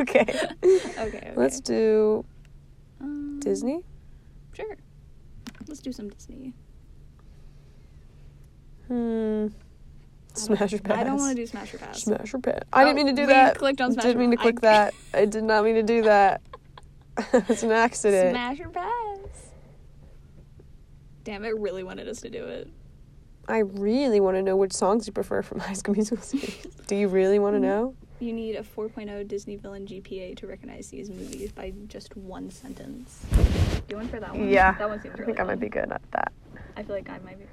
Speaker 1: okay.
Speaker 2: okay, okay.
Speaker 1: Let's do
Speaker 2: Um,
Speaker 1: Disney.
Speaker 2: Sure. Let's do some Disney.
Speaker 1: Hmm. Smash or pass.
Speaker 2: I don't want to do Smash or Pass.
Speaker 1: Smash or pass. I didn't
Speaker 2: Oh,
Speaker 1: mean to do
Speaker 2: we
Speaker 1: that.
Speaker 2: clicked on Smash
Speaker 1: Didn't mean to
Speaker 2: or-
Speaker 1: click
Speaker 2: I-
Speaker 1: that. I did not mean to do that. it's an accident.
Speaker 2: Smash or pass. Damn, it really wanted us to do it.
Speaker 1: I really want to know which songs you prefer from High School Musical series. do you really want to
Speaker 2: Mm-hmm.
Speaker 1: know?
Speaker 2: You need a 4.0 Disney villain GPA to recognize these movies by just one sentence. You went for that one? That one seems
Speaker 1: I
Speaker 2: really
Speaker 1: think I might
Speaker 2: fun.
Speaker 1: be good at that.
Speaker 2: I feel like I might be.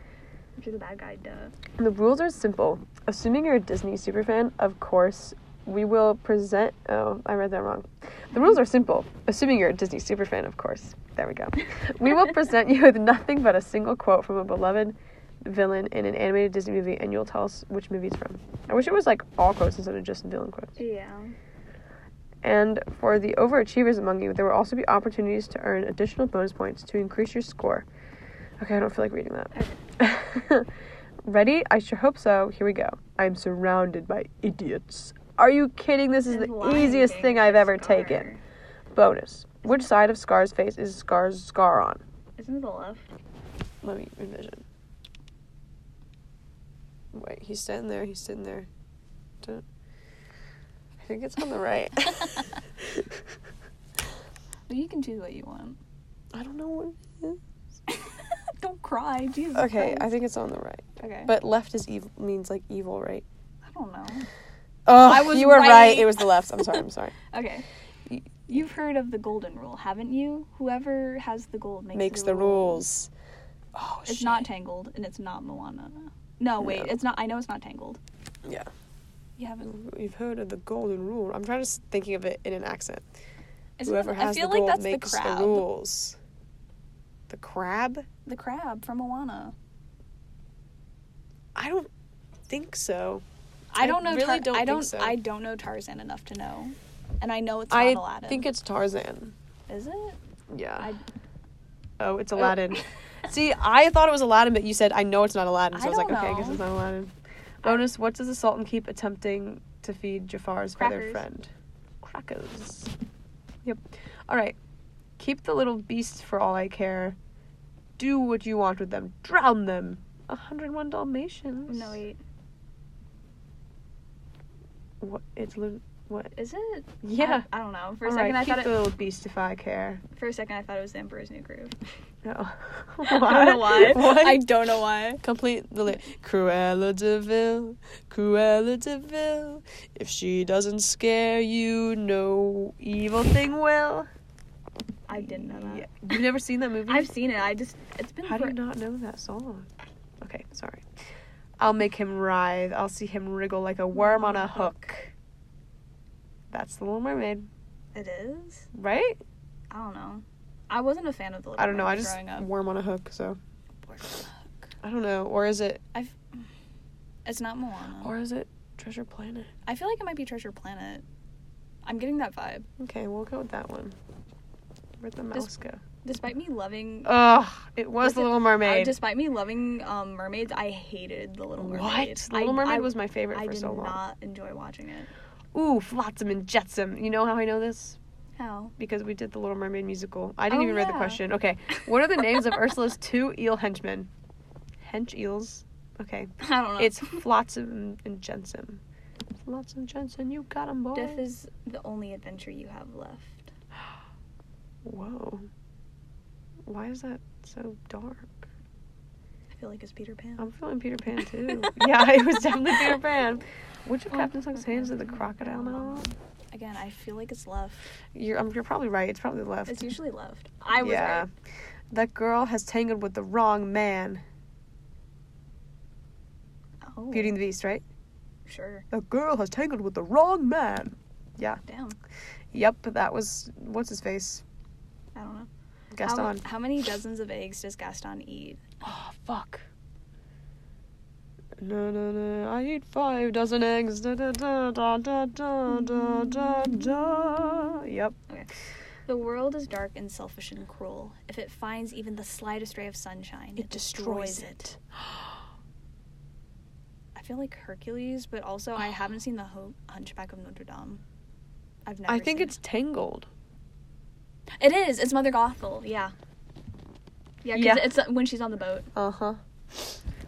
Speaker 2: I'm just a bad guy, duh.
Speaker 1: The rules are simple. Assuming you're a Disney superfan, of course, we will present. Oh, I read that wrong. The rules are simple. Assuming you're a Disney superfan, of course. There we go. we will present you with nothing but a single quote from a beloved villain in an animated Disney movie, and you'll tell us which movie it's from. I wish it was like all quotes instead of just villain quotes.
Speaker 2: Yeah.
Speaker 1: And for the overachievers among you, there will also be opportunities to earn additional bonus points to increase your score. Okay, I don't feel like reading that. Ready? I sure hope so. Here we go. I'm surrounded by idiots. Are you kidding? This is the easiest thing I've ever taken. Bonus. Which side of Scar's face is Scar's scar on?
Speaker 2: Isn't the left?
Speaker 1: Let me envision. Wait, he's sitting there. He's sitting there. Don't- I think it's on the right.
Speaker 2: Well, you can choose what you want.
Speaker 1: I don't know what it is.
Speaker 2: Don't cry, Jesus.
Speaker 1: Okay, I
Speaker 2: Christ.
Speaker 1: think it's on the right.
Speaker 2: Okay.
Speaker 1: But left is evil means like evil, right?
Speaker 2: I don't know.
Speaker 1: Oh,
Speaker 2: I was
Speaker 1: you were right.
Speaker 2: right.
Speaker 1: It was the left. I'm sorry. I'm sorry.
Speaker 2: Okay. Y- You've heard of the golden rule, haven't you? Whoever has the gold makes,
Speaker 1: Makes, the rules. Oh
Speaker 2: It's not Tangled, and it's not Moana. No,
Speaker 1: No.
Speaker 2: wait, it's not. I know it's not Tangled.
Speaker 1: Yeah.
Speaker 2: You haven't.
Speaker 1: You've heard of the golden rule. I'm trying to s- thinking of it in an accent.
Speaker 2: Isn't
Speaker 1: Whoever
Speaker 2: it-
Speaker 1: has
Speaker 2: I feel
Speaker 1: the
Speaker 2: like
Speaker 1: gold
Speaker 2: that's
Speaker 1: makes
Speaker 2: the crab.
Speaker 1: the rules. The crab?
Speaker 2: The crab from Moana.
Speaker 1: I don't think so.
Speaker 2: I,
Speaker 1: I
Speaker 2: don't know.
Speaker 1: really
Speaker 2: Tar-
Speaker 1: don't
Speaker 2: I
Speaker 1: think
Speaker 2: don't.
Speaker 1: so.
Speaker 2: I don't know Tarzan enough to know, and I know it's not
Speaker 1: I
Speaker 2: Aladdin.
Speaker 1: think it's Tarzan.
Speaker 2: Is it?
Speaker 1: Yeah.
Speaker 2: I,
Speaker 1: oh, it's
Speaker 2: Oh.
Speaker 1: Aladdin. See, I thought it was Aladdin, but you said I know it's not Aladdin, so I,
Speaker 2: I
Speaker 1: was like,
Speaker 2: don't
Speaker 1: okay, I guess
Speaker 2: know.
Speaker 1: it's not Aladdin. Bonus: What does the Sultan keep attempting to feed Jafar's feathered
Speaker 2: Crackers.
Speaker 1: friend? Crackers. Yep. All right. Keep the little beasts for all I care. Do what you want with them. Drown them. 101 Dalmatians.
Speaker 2: no, wait.
Speaker 1: What? It's lit- what?
Speaker 2: Is it?
Speaker 1: Yeah.
Speaker 2: I, I don't know. Uh, For
Speaker 1: For
Speaker 2: a
Speaker 1: all
Speaker 2: second,
Speaker 1: right.
Speaker 2: I
Speaker 1: Keep
Speaker 2: thought
Speaker 1: the
Speaker 2: it.
Speaker 1: little beast if I care.
Speaker 2: For a second, I thought it was The Emperor's New Groove.
Speaker 1: No.
Speaker 2: I don't know why.
Speaker 1: What?
Speaker 2: I don't know why.
Speaker 1: Complete the lyric. Cruella de Vil, Cruella de Vil. If she doesn't scare you, no evil thing will.
Speaker 2: I didn't know that.
Speaker 1: Yeah. You've never seen that movie?
Speaker 2: I've seen it. I just. It's been.
Speaker 1: How do
Speaker 2: for-
Speaker 1: you not know that song? Okay, sorry. I'll make him writhe. I'll see him wriggle like a worm on a hook. That's the Little Mermaid,
Speaker 2: It is.
Speaker 1: right?
Speaker 2: I don't know. I wasn't a fan of the. Little
Speaker 1: I don't know. I
Speaker 2: Mermaid
Speaker 1: just
Speaker 2: growing up.
Speaker 1: worm on a hook. So I don't know. Or is it?
Speaker 2: It's not Moana.
Speaker 1: Or is it Treasure Planet?
Speaker 2: I feel like it might be Treasure Planet. I'm getting that vibe.
Speaker 1: Okay, we'll go with that one. Where'd the mouse
Speaker 2: Just-
Speaker 1: go?
Speaker 2: Despite me loving
Speaker 1: Ugh, it was
Speaker 2: Was
Speaker 1: the
Speaker 2: it-
Speaker 1: Little
Speaker 2: I,
Speaker 1: Oh, Mermaid.
Speaker 2: despite me loving um, mermaids, I hated the Little Mermaid.
Speaker 1: what? The Little
Speaker 2: I,
Speaker 1: Mermaid
Speaker 2: I,
Speaker 1: was my favorite
Speaker 2: I
Speaker 1: for
Speaker 2: did
Speaker 1: so long.
Speaker 2: not enjoy watching it.
Speaker 1: Ooh, Flotsam and Jetsam. You know how I know this?
Speaker 2: How?
Speaker 1: Because we did the Little Mermaid musical. I didn't
Speaker 2: Oh,
Speaker 1: even read the
Speaker 2: yeah.
Speaker 1: question. Okay, what are the names of Ursula's two eel henchmen? Hench eels. Okay,
Speaker 2: I don't know.
Speaker 1: it's Flotsam and Jetsam. Flotsam Jensen, you got 'em, boy.
Speaker 2: death is the only adventure you have left.
Speaker 1: Whoa. Why is that so dark?
Speaker 2: I feel like it's Peter Pan.
Speaker 1: I'm feeling Peter Pan too. yeah, it was definitely Peter Pan. Which
Speaker 2: Oh,
Speaker 1: of Captain Hook's hands did the crocodile mouth?
Speaker 2: Again, I feel like it's left.
Speaker 1: You're, um, you're probably right. It's probably left.
Speaker 2: It's usually left. I was
Speaker 1: yeah.
Speaker 2: right.
Speaker 1: That girl has tangled with the wrong man.
Speaker 2: Oh,
Speaker 1: Beauty and the Beast, right?
Speaker 2: Sure.
Speaker 1: That girl has tangled with the wrong man.
Speaker 2: Damn.
Speaker 1: Yep, that was what's his face?
Speaker 2: I don't know. How,
Speaker 1: Gaston.
Speaker 2: how many dozens of eggs does Gaston eat?
Speaker 1: Oh fuck. No no no! I eat five dozen eggs. Da da da da da da da da. da. Yep.
Speaker 2: The world is dark and selfish and cruel. If it finds even the slightest ray of sunshine, it, destroys, it. I feel like Hercules, but also I haven't seen the Ho- Hunchback of Notre Dame. I've never.
Speaker 1: I think
Speaker 2: seen
Speaker 1: it's tangled.
Speaker 2: It. it is. It's Mother Gothel. Yeah. Yeah, 'cause
Speaker 1: Yeah.
Speaker 2: it's uh, when she's on the boat.
Speaker 1: Uh huh.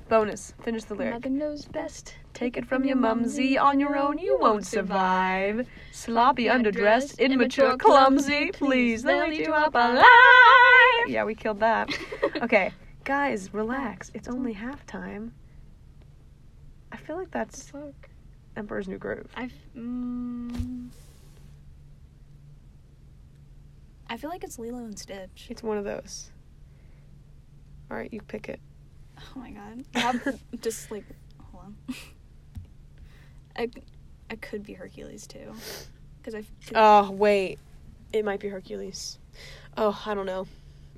Speaker 1: Bonus. Finish the lyric.
Speaker 2: Mother knows best.
Speaker 1: Take it from your mumsy, on your own you won't survive. Sloppy, underdressed, immature, clumsy, please, they'll eat you up alive. Yeah, we killed that. Okay, guys, relax. It's only halftime. I feel like that's
Speaker 2: Fuck.
Speaker 1: Emperor's New Groove.
Speaker 2: I've. Mm, I feel like it's Lilo and Stitch.
Speaker 1: It's one of those. All right, you pick it.
Speaker 2: Oh my god. That- just like, hold on. I, I could be Hercules too, because I.
Speaker 1: Oh, wait. It might be Hercules. Oh, I don't know.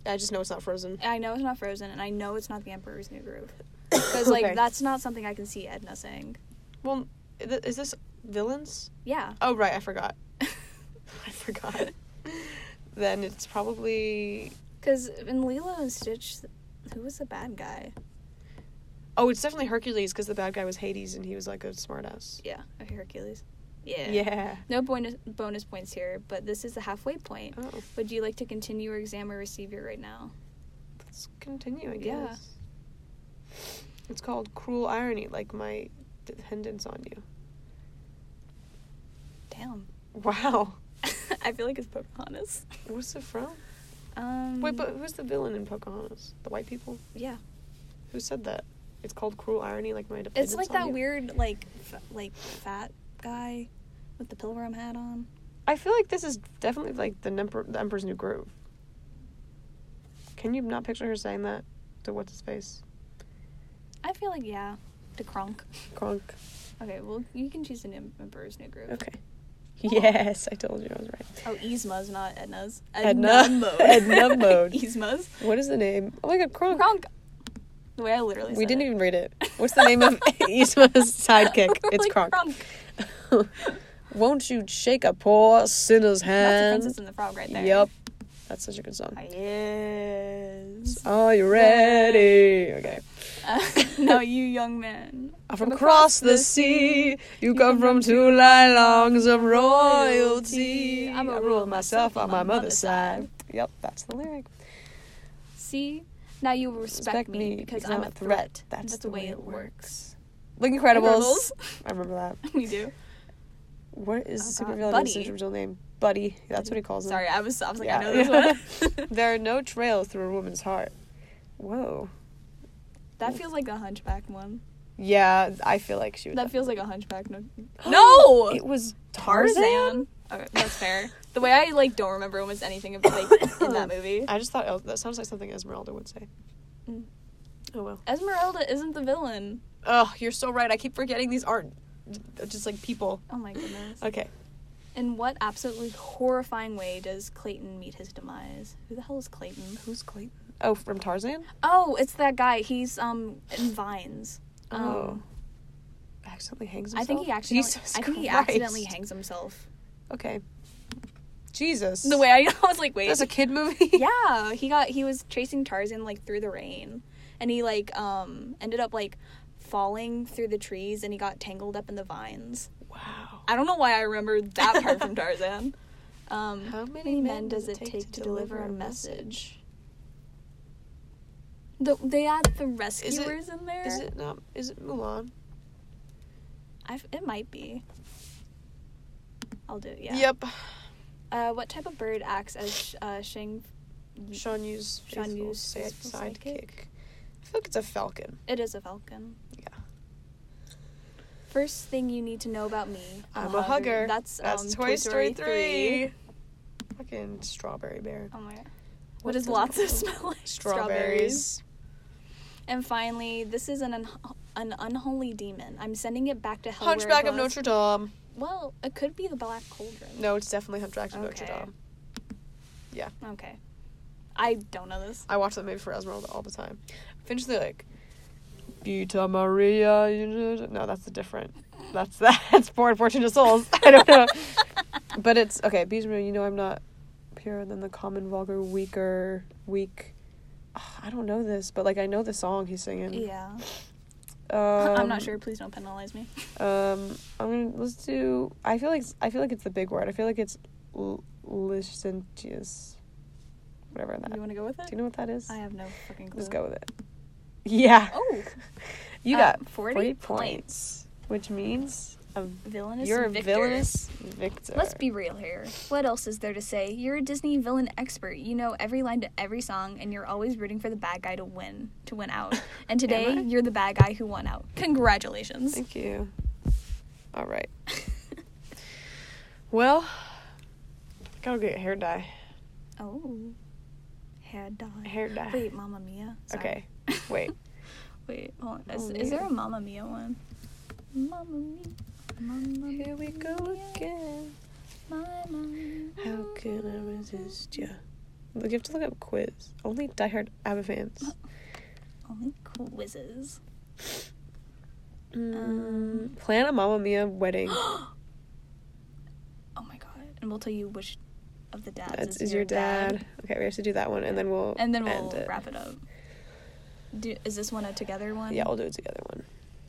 Speaker 1: I just know it's not Frozen.
Speaker 2: I know it's not Frozen, and I know it's not The Emperor's New Groove. because like
Speaker 1: Okay.
Speaker 2: that's not something I can see Edna saying.
Speaker 1: Well, i- th- is this villains?
Speaker 2: Yeah.
Speaker 1: Oh right, I forgot. I forgot. then it's probably
Speaker 2: Because in Lilo and Stitch, who was the bad guy?
Speaker 1: oh, it's definitely Hercules because the bad guy was Hades and he was like a smartass.
Speaker 2: Yeah, Hercules.
Speaker 1: Yeah.
Speaker 2: Yeah. No bonus bonus points here, but this is the halfway point.
Speaker 1: Oh,
Speaker 2: Would you like to continue or exam or receive your right now?
Speaker 1: let's continue. I guess.
Speaker 2: Yeah.
Speaker 1: It's called cruel irony, like my dependence on you.
Speaker 2: Damn.
Speaker 1: Wow.
Speaker 2: I feel like it's Pocahontas.
Speaker 1: What's it from?
Speaker 2: Um.
Speaker 1: Wait, but who's the villain in Pocahontas? The white people?
Speaker 2: yeah,
Speaker 1: Who said that? It's called cruel irony, like my dependence.
Speaker 2: it's like
Speaker 1: on
Speaker 2: that
Speaker 1: you.
Speaker 2: weird like f- like fat guy with the pilgrim hat on.
Speaker 1: I feel like this is definitely like the, Nemper- the Emperor's New Groove. Can you not picture her saying that to what's his face?
Speaker 2: I feel like yeah, to Kronk.
Speaker 1: Kronk.
Speaker 2: Okay, well you can choose an em- Emperor's New Groove.
Speaker 1: Okay. Yes, I told you I was right.
Speaker 2: Oh, Yzma's, not Edna's.
Speaker 1: Edna.
Speaker 2: mode.
Speaker 1: Edna mode.
Speaker 2: Yzma's.
Speaker 1: What is the name? Oh my god, Kronk.
Speaker 2: Kronk. The way I literally
Speaker 1: We
Speaker 2: said
Speaker 1: didn't
Speaker 2: it.
Speaker 1: even read it. What's the name of Yzma's sidekick?
Speaker 2: We're
Speaker 1: It's
Speaker 2: like,
Speaker 1: Kronk.
Speaker 2: Kronk.
Speaker 1: Won't you shake a poor sinner's
Speaker 2: That's the
Speaker 1: hand?
Speaker 2: Princess and the Frog right there.
Speaker 1: Yep. That's such a good song.
Speaker 2: Yes.
Speaker 1: Are you ready? Okay.
Speaker 2: Uh, now you young man.
Speaker 1: From, across the sea, you come from two lifelongs of royalty.
Speaker 2: I'm a
Speaker 1: I
Speaker 2: rule
Speaker 1: rule myself on my mother's side. Yep, that's the lyric.
Speaker 2: See? Now you respect,
Speaker 1: Respect
Speaker 2: me,
Speaker 1: me
Speaker 2: because
Speaker 1: because
Speaker 2: I'm a threat.
Speaker 1: That's the way it
Speaker 2: works.
Speaker 1: Like Incredibles. I remember that.
Speaker 2: we do.
Speaker 1: What is the
Speaker 2: Oh, God.
Speaker 1: supervillain
Speaker 2: Buddy.
Speaker 1: Syndrome's real name? Buddy. That's what he calls him.
Speaker 2: Sorry, I was, I was like, I
Speaker 1: Yeah.
Speaker 2: know this one.
Speaker 1: There are no trails through a woman's heart. Whoa.
Speaker 2: that feels like a hunchback one.
Speaker 1: Yeah, I feel like she would.
Speaker 2: That feels like a hunchback. No.
Speaker 1: It was
Speaker 2: Tarzan.
Speaker 1: Tarzan.
Speaker 2: Okay, that's fair. The way I like don't remember almost anything of like in that movie.
Speaker 1: I just thought El- that sounds like something Esmeralda would say.
Speaker 2: Mm.
Speaker 1: Oh well.
Speaker 2: Esmeralda isn't the villain.
Speaker 1: Oh, you're so right. I keep forgetting these aren't just like people.
Speaker 2: Oh my goodness.
Speaker 1: Okay.
Speaker 2: In what absolutely horrifying way does Clayton meet his demise? Who the hell is Clayton?
Speaker 1: Who's Clayton? Oh, from Tarzan?
Speaker 2: Oh, it's that guy. He's um in Vines. Um,
Speaker 1: Oh. Accidentally hangs
Speaker 2: I
Speaker 1: himself.
Speaker 2: think he accidentally.
Speaker 1: Jesus
Speaker 2: I think he
Speaker 1: Christ.
Speaker 2: accidentally hangs himself.
Speaker 1: Okay. Jesus.
Speaker 2: The way I, I was like, wait.
Speaker 1: That's a kid movie?
Speaker 2: yeah, he got he was chasing Tarzan like through the rain, and he like um ended up like falling through the trees, and he got tangled up in the vines.
Speaker 1: Wow.
Speaker 2: I don't know why I remember that part from Tarzan. Um,
Speaker 1: How many men does it take to deliver a
Speaker 2: message? The, they add the rescuers in there.
Speaker 1: Is it not? Is it Mulan?
Speaker 2: I f it might be. I'll do it. Yeah.
Speaker 1: Yep.
Speaker 2: Uh, what type of bird acts as sh- uh, Shang?
Speaker 1: Sean Yu's
Speaker 2: Mm. Sean
Speaker 1: faithful
Speaker 2: Yu's
Speaker 1: sa-
Speaker 2: faithful
Speaker 1: sidekick.
Speaker 2: sidekick.
Speaker 1: I feel like it's a falcon.
Speaker 2: It is a falcon.
Speaker 1: Yeah.
Speaker 2: First thing you need to know about me. Uh,
Speaker 1: I'm, a hugger.
Speaker 2: That's, um,
Speaker 1: Toy, Story 3. Fucking strawberry bear.
Speaker 2: Oh my. God.
Speaker 1: What
Speaker 2: What does
Speaker 1: does it
Speaker 2: lots of
Speaker 1: call?
Speaker 2: smell like?
Speaker 1: Strawberries.
Speaker 2: And finally, this is an un- an unholy demon. I'm sending it back to hell. where it
Speaker 1: Hunchback of
Speaker 2: belongs.
Speaker 1: Notre Dame.
Speaker 2: Well, it could be the Black Cauldron.
Speaker 1: No, it's definitely Hunchback of Notre
Speaker 2: Okay.
Speaker 1: Dame. Yeah.
Speaker 2: Okay. I don't know this.
Speaker 1: I watch that movie for Esmeralda all the time. Finish the like, Vita Maria. you know- No, that's a different. That's that's Poor Unfortunate Souls. I don't know. but it's okay. Vita Maria. You know I'm not purer than the common vulgar, weaker, weak. Ugh, I don't know this, but like I know the song he's singing.
Speaker 2: Yeah.
Speaker 1: Um,
Speaker 2: I'm not sure. Please don't penalize me.
Speaker 1: Um, I'm gonna let's do. I feel like I feel like it's the big word. I feel like it's l- licentious, whatever that.
Speaker 2: You want to go with
Speaker 1: do
Speaker 2: it?
Speaker 1: you know what that is?
Speaker 2: I have no fucking clue.
Speaker 1: Let's go with it. Yeah.
Speaker 2: Oh.
Speaker 1: You
Speaker 2: Uh,
Speaker 1: got
Speaker 2: 40
Speaker 1: points, which means a,
Speaker 2: Villainous
Speaker 1: you're a
Speaker 2: Victor.
Speaker 1: villainous victor.
Speaker 2: Let's be real here. What else is there to say? You're a Disney villain expert. You know every line to every song, and you're always rooting for the bad guy to win, to win out. And
Speaker 1: Am I?
Speaker 2: today, you're the bad guy who won out. Congratulations.
Speaker 1: Thank you. All right. Well, gotta get hair dye.
Speaker 2: oh. Hair dye.
Speaker 1: Hair dye.
Speaker 2: Wait, Mamma Mia. Sorry.
Speaker 1: Okay. Wait.
Speaker 2: Wait, hold on. Is,
Speaker 1: Mamma
Speaker 2: is there
Speaker 1: Mia.
Speaker 2: a Mamma Mia one? Mamma Mia. Mamma
Speaker 1: Here we go
Speaker 2: Mia,
Speaker 1: again.
Speaker 2: Mamma
Speaker 1: How can I resist you? You have to look up quiz. Only diehard ABBA fans.
Speaker 2: Only quizzes.
Speaker 1: Mm, plan a Mamma Mia wedding.
Speaker 2: Oh my god. And we'll tell you which of the dads
Speaker 1: That's
Speaker 2: is,
Speaker 1: is your dad. Okay, we have to do that one, and then we'll
Speaker 2: And then we'll
Speaker 1: end it.
Speaker 2: wrap it up. Do, is this one a together one?
Speaker 1: Yeah, we'll do it together one.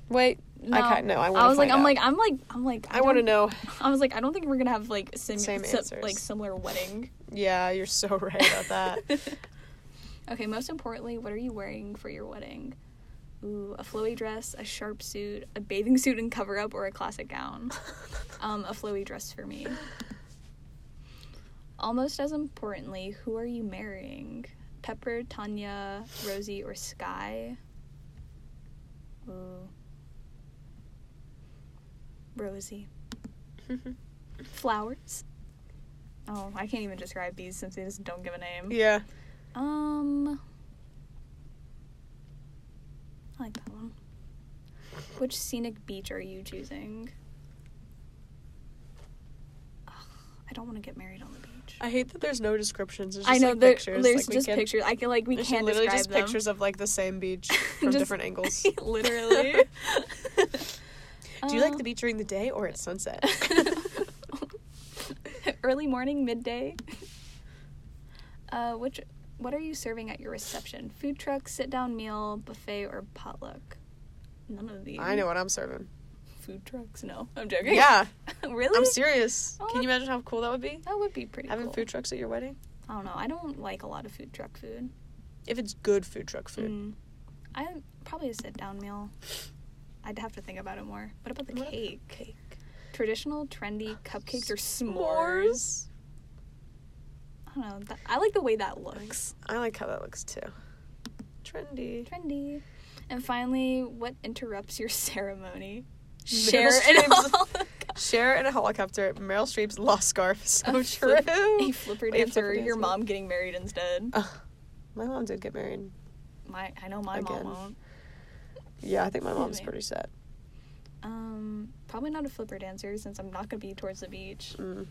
Speaker 1: Wait, I can't. No, I want.
Speaker 2: I was like, I'm like, I'm like, I'm like,
Speaker 1: I want to
Speaker 2: don't-
Speaker 1: know.
Speaker 2: I was like, I don't think we're gonna have like sim-
Speaker 1: Same
Speaker 2: si-
Speaker 1: answers.
Speaker 2: like similar wedding.
Speaker 1: Yeah, you're so right about that.
Speaker 2: okay. Most importantly, what are you wearing for your wedding? Ooh, a flowy dress, a sharp suit, a bathing suit and cover up, or a classic gown. um, a flowy dress for me. Almost as importantly, who are you marrying? Pepper, Tanya, Rosie, or Sky? Ooh. Rosie. Flowers. Oh, I can't even describe these since they just don't give a name.
Speaker 1: yeah.
Speaker 2: Um, I like that one. Which scenic beach are you choosing? Ugh, I don't want to get married on the beach.
Speaker 1: I hate that there's no descriptions. There's
Speaker 2: I
Speaker 1: just
Speaker 2: know
Speaker 1: like,
Speaker 2: there-
Speaker 1: pictures.
Speaker 2: there's
Speaker 1: like, we
Speaker 2: just
Speaker 1: can't-
Speaker 2: pictures. I can like we
Speaker 1: there's
Speaker 2: can't
Speaker 1: literally
Speaker 2: describe
Speaker 1: just
Speaker 2: them.
Speaker 1: pictures of like the same beach from
Speaker 2: Just-
Speaker 1: different angles.
Speaker 2: literally.
Speaker 1: Do you like
Speaker 2: Uh,
Speaker 1: the beach during the day or at sunset?
Speaker 2: Early morning, midday. Uh, which, what are you serving at your reception? Food truck, sit down meal, buffet, or potluck? None of these.
Speaker 1: I know what I'm serving.
Speaker 2: Food trucks? No, I'm joking.
Speaker 1: Yeah,
Speaker 2: really?
Speaker 1: I'm serious.
Speaker 2: Oh,
Speaker 1: Can you
Speaker 2: that's-
Speaker 1: imagine how cool that would be?
Speaker 2: That would be pretty.
Speaker 1: Having
Speaker 2: cool.
Speaker 1: food trucks at your wedding?
Speaker 2: I don't know. I don't like a lot of food truck food.
Speaker 1: If it's good food truck food.
Speaker 2: Mm. I probably a sit down meal. I'd have to think about it more. What about the
Speaker 1: What about
Speaker 2: cake? Traditional, trendy cupcakes or Mm. s'mores?
Speaker 1: S'mores.
Speaker 2: I don't know. That, I like the way that looks.
Speaker 1: I like how that looks too. Trendy.
Speaker 2: Trendy. And finally, what interrupts your ceremony?
Speaker 1: Meryl
Speaker 2: Share it
Speaker 1: Streep's-
Speaker 2: all.
Speaker 1: Cher in a helicopter. Meryl Streep's lost scarf. So true.
Speaker 2: A flip- a flipper
Speaker 1: Wait, a
Speaker 2: dancer.
Speaker 1: flipper
Speaker 2: your
Speaker 1: dancer.
Speaker 2: mom getting married instead.
Speaker 1: Ugh. my mom did get married.
Speaker 2: My, I know my
Speaker 1: Again.
Speaker 2: mom won't.
Speaker 1: Yeah, I think my
Speaker 2: Excuse
Speaker 1: mom's
Speaker 2: me.
Speaker 1: pretty set.
Speaker 2: Um, probably not a flipper dancer since I'm not gonna be towards the beach.
Speaker 1: Mm.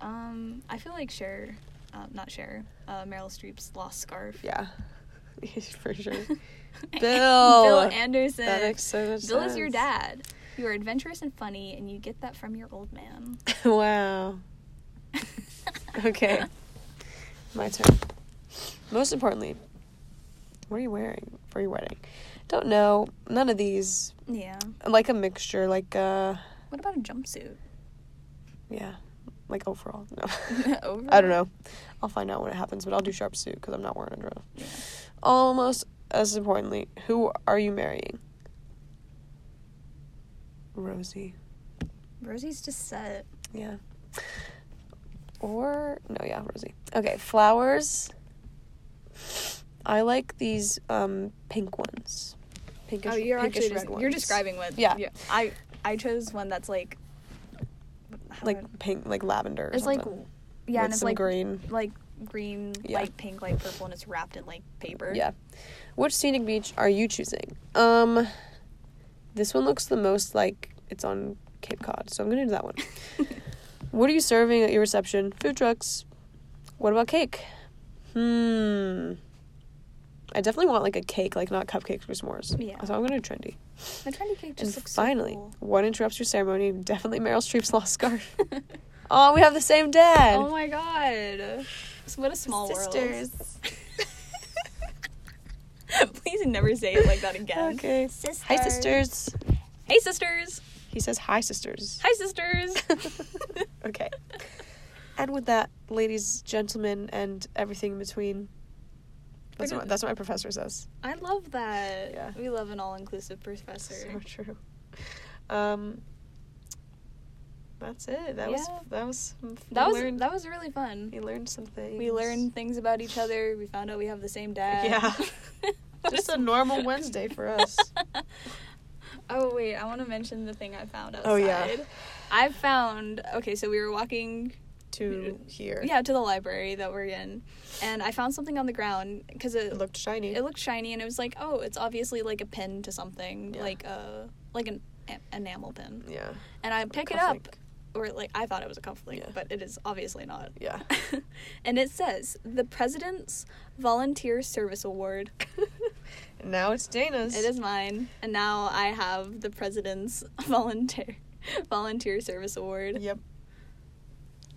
Speaker 2: Um, I feel like Cher, uh, not Cher, uh, Meryl Streep's lost scarf.
Speaker 1: Yeah. For sure. Bill.
Speaker 2: Bill Anderson.
Speaker 1: That makes so much
Speaker 2: Bill is your
Speaker 1: sense.
Speaker 2: dad. You are adventurous and funny, and you get that from your old man.
Speaker 1: wow. Okay. My turn. Most importantly, what are you wearing for your wedding? Don't know. None of these.
Speaker 2: yeah.
Speaker 1: Like a mixture. Like uh,
Speaker 2: What about a jumpsuit?
Speaker 1: yeah, like overall. No, I
Speaker 2: Overall?
Speaker 1: don't know. I'll find out when it happens, but I'll do sharp suit because I'm not wearing a dress.
Speaker 2: Yeah.
Speaker 1: Almost as importantly, who are you marrying? Rosie.
Speaker 2: Rosie's just set.
Speaker 1: Yeah. Or no, yeah, Rosie. Okay, flowers. I like these um pink ones. Pinkish,
Speaker 2: oh, you're
Speaker 1: pinkish
Speaker 2: actually
Speaker 1: red
Speaker 2: just,
Speaker 1: ones.
Speaker 2: you're describing what?
Speaker 1: Yeah.
Speaker 2: I I chose one that's like how do I-
Speaker 1: like pink, like lavender. Or
Speaker 2: it's like
Speaker 1: something,
Speaker 2: yeah,
Speaker 1: with
Speaker 2: and it's
Speaker 1: some
Speaker 2: like
Speaker 1: green.
Speaker 2: like green,
Speaker 1: Yeah.
Speaker 2: light pink, light purple, and it's wrapped in like paper.
Speaker 1: Yeah. Which scenic beach are you choosing? Um this one looks the most like it's on Cape Cod, so I'm gonna do that one. what are you serving at your reception? Food trucks. What about cake? Hmm. I definitely want like a cake, like not cupcakes or s'mores.
Speaker 2: Yeah.
Speaker 1: So I'm gonna do trendy.
Speaker 2: The trendy cake
Speaker 1: and
Speaker 2: just looks
Speaker 1: finally,
Speaker 2: so cool.
Speaker 1: what interrupts your ceremony? Definitely Meryl Streep's lost scarf. oh, we have the same dad.
Speaker 2: Oh my god. So What a small
Speaker 1: Sisters.
Speaker 2: world. Please never say it like that again.
Speaker 1: Okay.
Speaker 2: Sisters.
Speaker 1: Hi sisters.
Speaker 2: Hey sisters.
Speaker 1: He says hi sisters.
Speaker 2: Hi sisters.
Speaker 1: okay. And with that, ladies, gentlemen, and everything in between. That's what, that's what my professor says.
Speaker 2: I love that.
Speaker 1: Yeah.
Speaker 2: We love an all-inclusive professor.
Speaker 1: So true. Um, that's it. That was
Speaker 2: Yeah.
Speaker 1: that was we
Speaker 2: that was
Speaker 1: learned,
Speaker 2: that was really fun.
Speaker 1: we learned something.
Speaker 2: We learned things about each other. We found out we have the same dad.
Speaker 1: Yeah.
Speaker 2: What
Speaker 1: Just
Speaker 2: is-
Speaker 1: a normal Wednesday for us.
Speaker 2: oh wait, I want to mention the thing I found outside.
Speaker 1: Oh, yeah.
Speaker 2: I found okay, so we were walking
Speaker 1: to here.
Speaker 2: yeah to the library that we're in, and I found something on the ground because it,
Speaker 1: It looked shiny.
Speaker 2: it looked shiny and it was like oh it's obviously like a pin to something
Speaker 1: Yeah. Mm.
Speaker 2: like a like an a- enamel pin,
Speaker 1: yeah.
Speaker 2: and I pick it
Speaker 1: cufflink.
Speaker 2: up or like I thought it was a cufflink,
Speaker 1: Yeah.
Speaker 2: but it is obviously not.
Speaker 1: Yeah.
Speaker 2: and it says the President's Volunteer Service Award.
Speaker 1: And now it's Dana's.
Speaker 2: It is mine, and now I have the president's volunteer volunteer service award.
Speaker 1: Yep.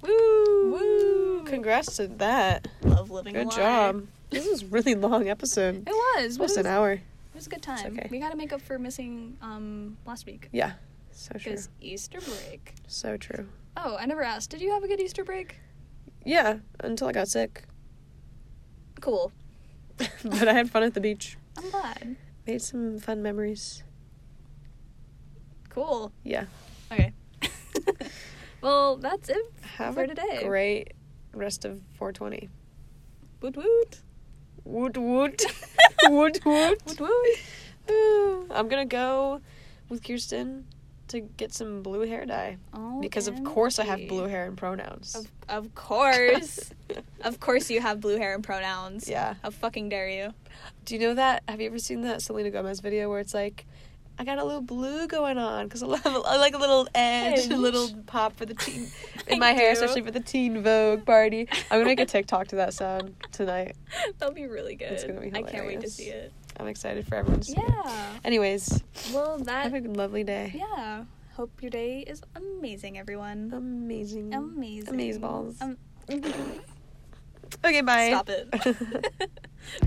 Speaker 2: Woo!
Speaker 1: Woo! Congrats to that.
Speaker 2: Love living.
Speaker 1: Good
Speaker 2: a lie.
Speaker 1: job. This is a really long episode.
Speaker 2: It was.
Speaker 1: It's
Speaker 2: but
Speaker 1: almost
Speaker 2: It
Speaker 1: an
Speaker 2: was,
Speaker 1: hour.
Speaker 2: it was a good time.
Speaker 1: okay.
Speaker 2: We got to make up for missing um last week
Speaker 1: Yeah. So true.
Speaker 2: because Easter break.
Speaker 1: So true.
Speaker 2: Oh, I never asked. Did you have a good Easter break?
Speaker 1: Yeah, until I got sick.
Speaker 2: Cool.
Speaker 1: but I had fun at the beach.
Speaker 2: I'm glad.
Speaker 1: Made some fun memories.
Speaker 2: Cool.
Speaker 1: Yeah.
Speaker 2: Okay. well, that's it
Speaker 1: Have
Speaker 2: for
Speaker 1: a
Speaker 2: today.
Speaker 1: great rest of 420.
Speaker 2: Woot woot.
Speaker 1: Woot woot. woot woot.
Speaker 2: Woot woot.
Speaker 1: Ooh, I'm gonna go with Kirsten to get some blue hair dye. Because of course I have
Speaker 2: OMG.
Speaker 1: blue hair and pronouns.
Speaker 2: Of, of course. of course you have blue hair and pronouns.
Speaker 1: Yeah.
Speaker 2: How fucking dare you?
Speaker 1: Do you know that? Have you ever seen that Selena Gomez video where it's like, I got a little blue going on because I love I like a little edge, a
Speaker 2: Edge.
Speaker 1: little pop for the teen in
Speaker 2: I
Speaker 1: my hair,
Speaker 2: do.
Speaker 1: especially for the Teen Vogue party. I'm gonna make a TikTok to that sound tonight.
Speaker 2: That'll be really good.
Speaker 1: It's gonna be
Speaker 2: I can't wait to
Speaker 1: hilarious.
Speaker 2: see it.
Speaker 1: I'm excited for everyone to see. it.
Speaker 2: Yeah.
Speaker 1: Anyways,
Speaker 2: Well,
Speaker 1: have a
Speaker 2: that.
Speaker 1: lovely day.
Speaker 2: Yeah. Hope your day is amazing, everyone.
Speaker 1: Amazing.
Speaker 2: Amazing.
Speaker 1: Amazeballs.
Speaker 2: Um,
Speaker 1: okay, bye.
Speaker 2: stop it.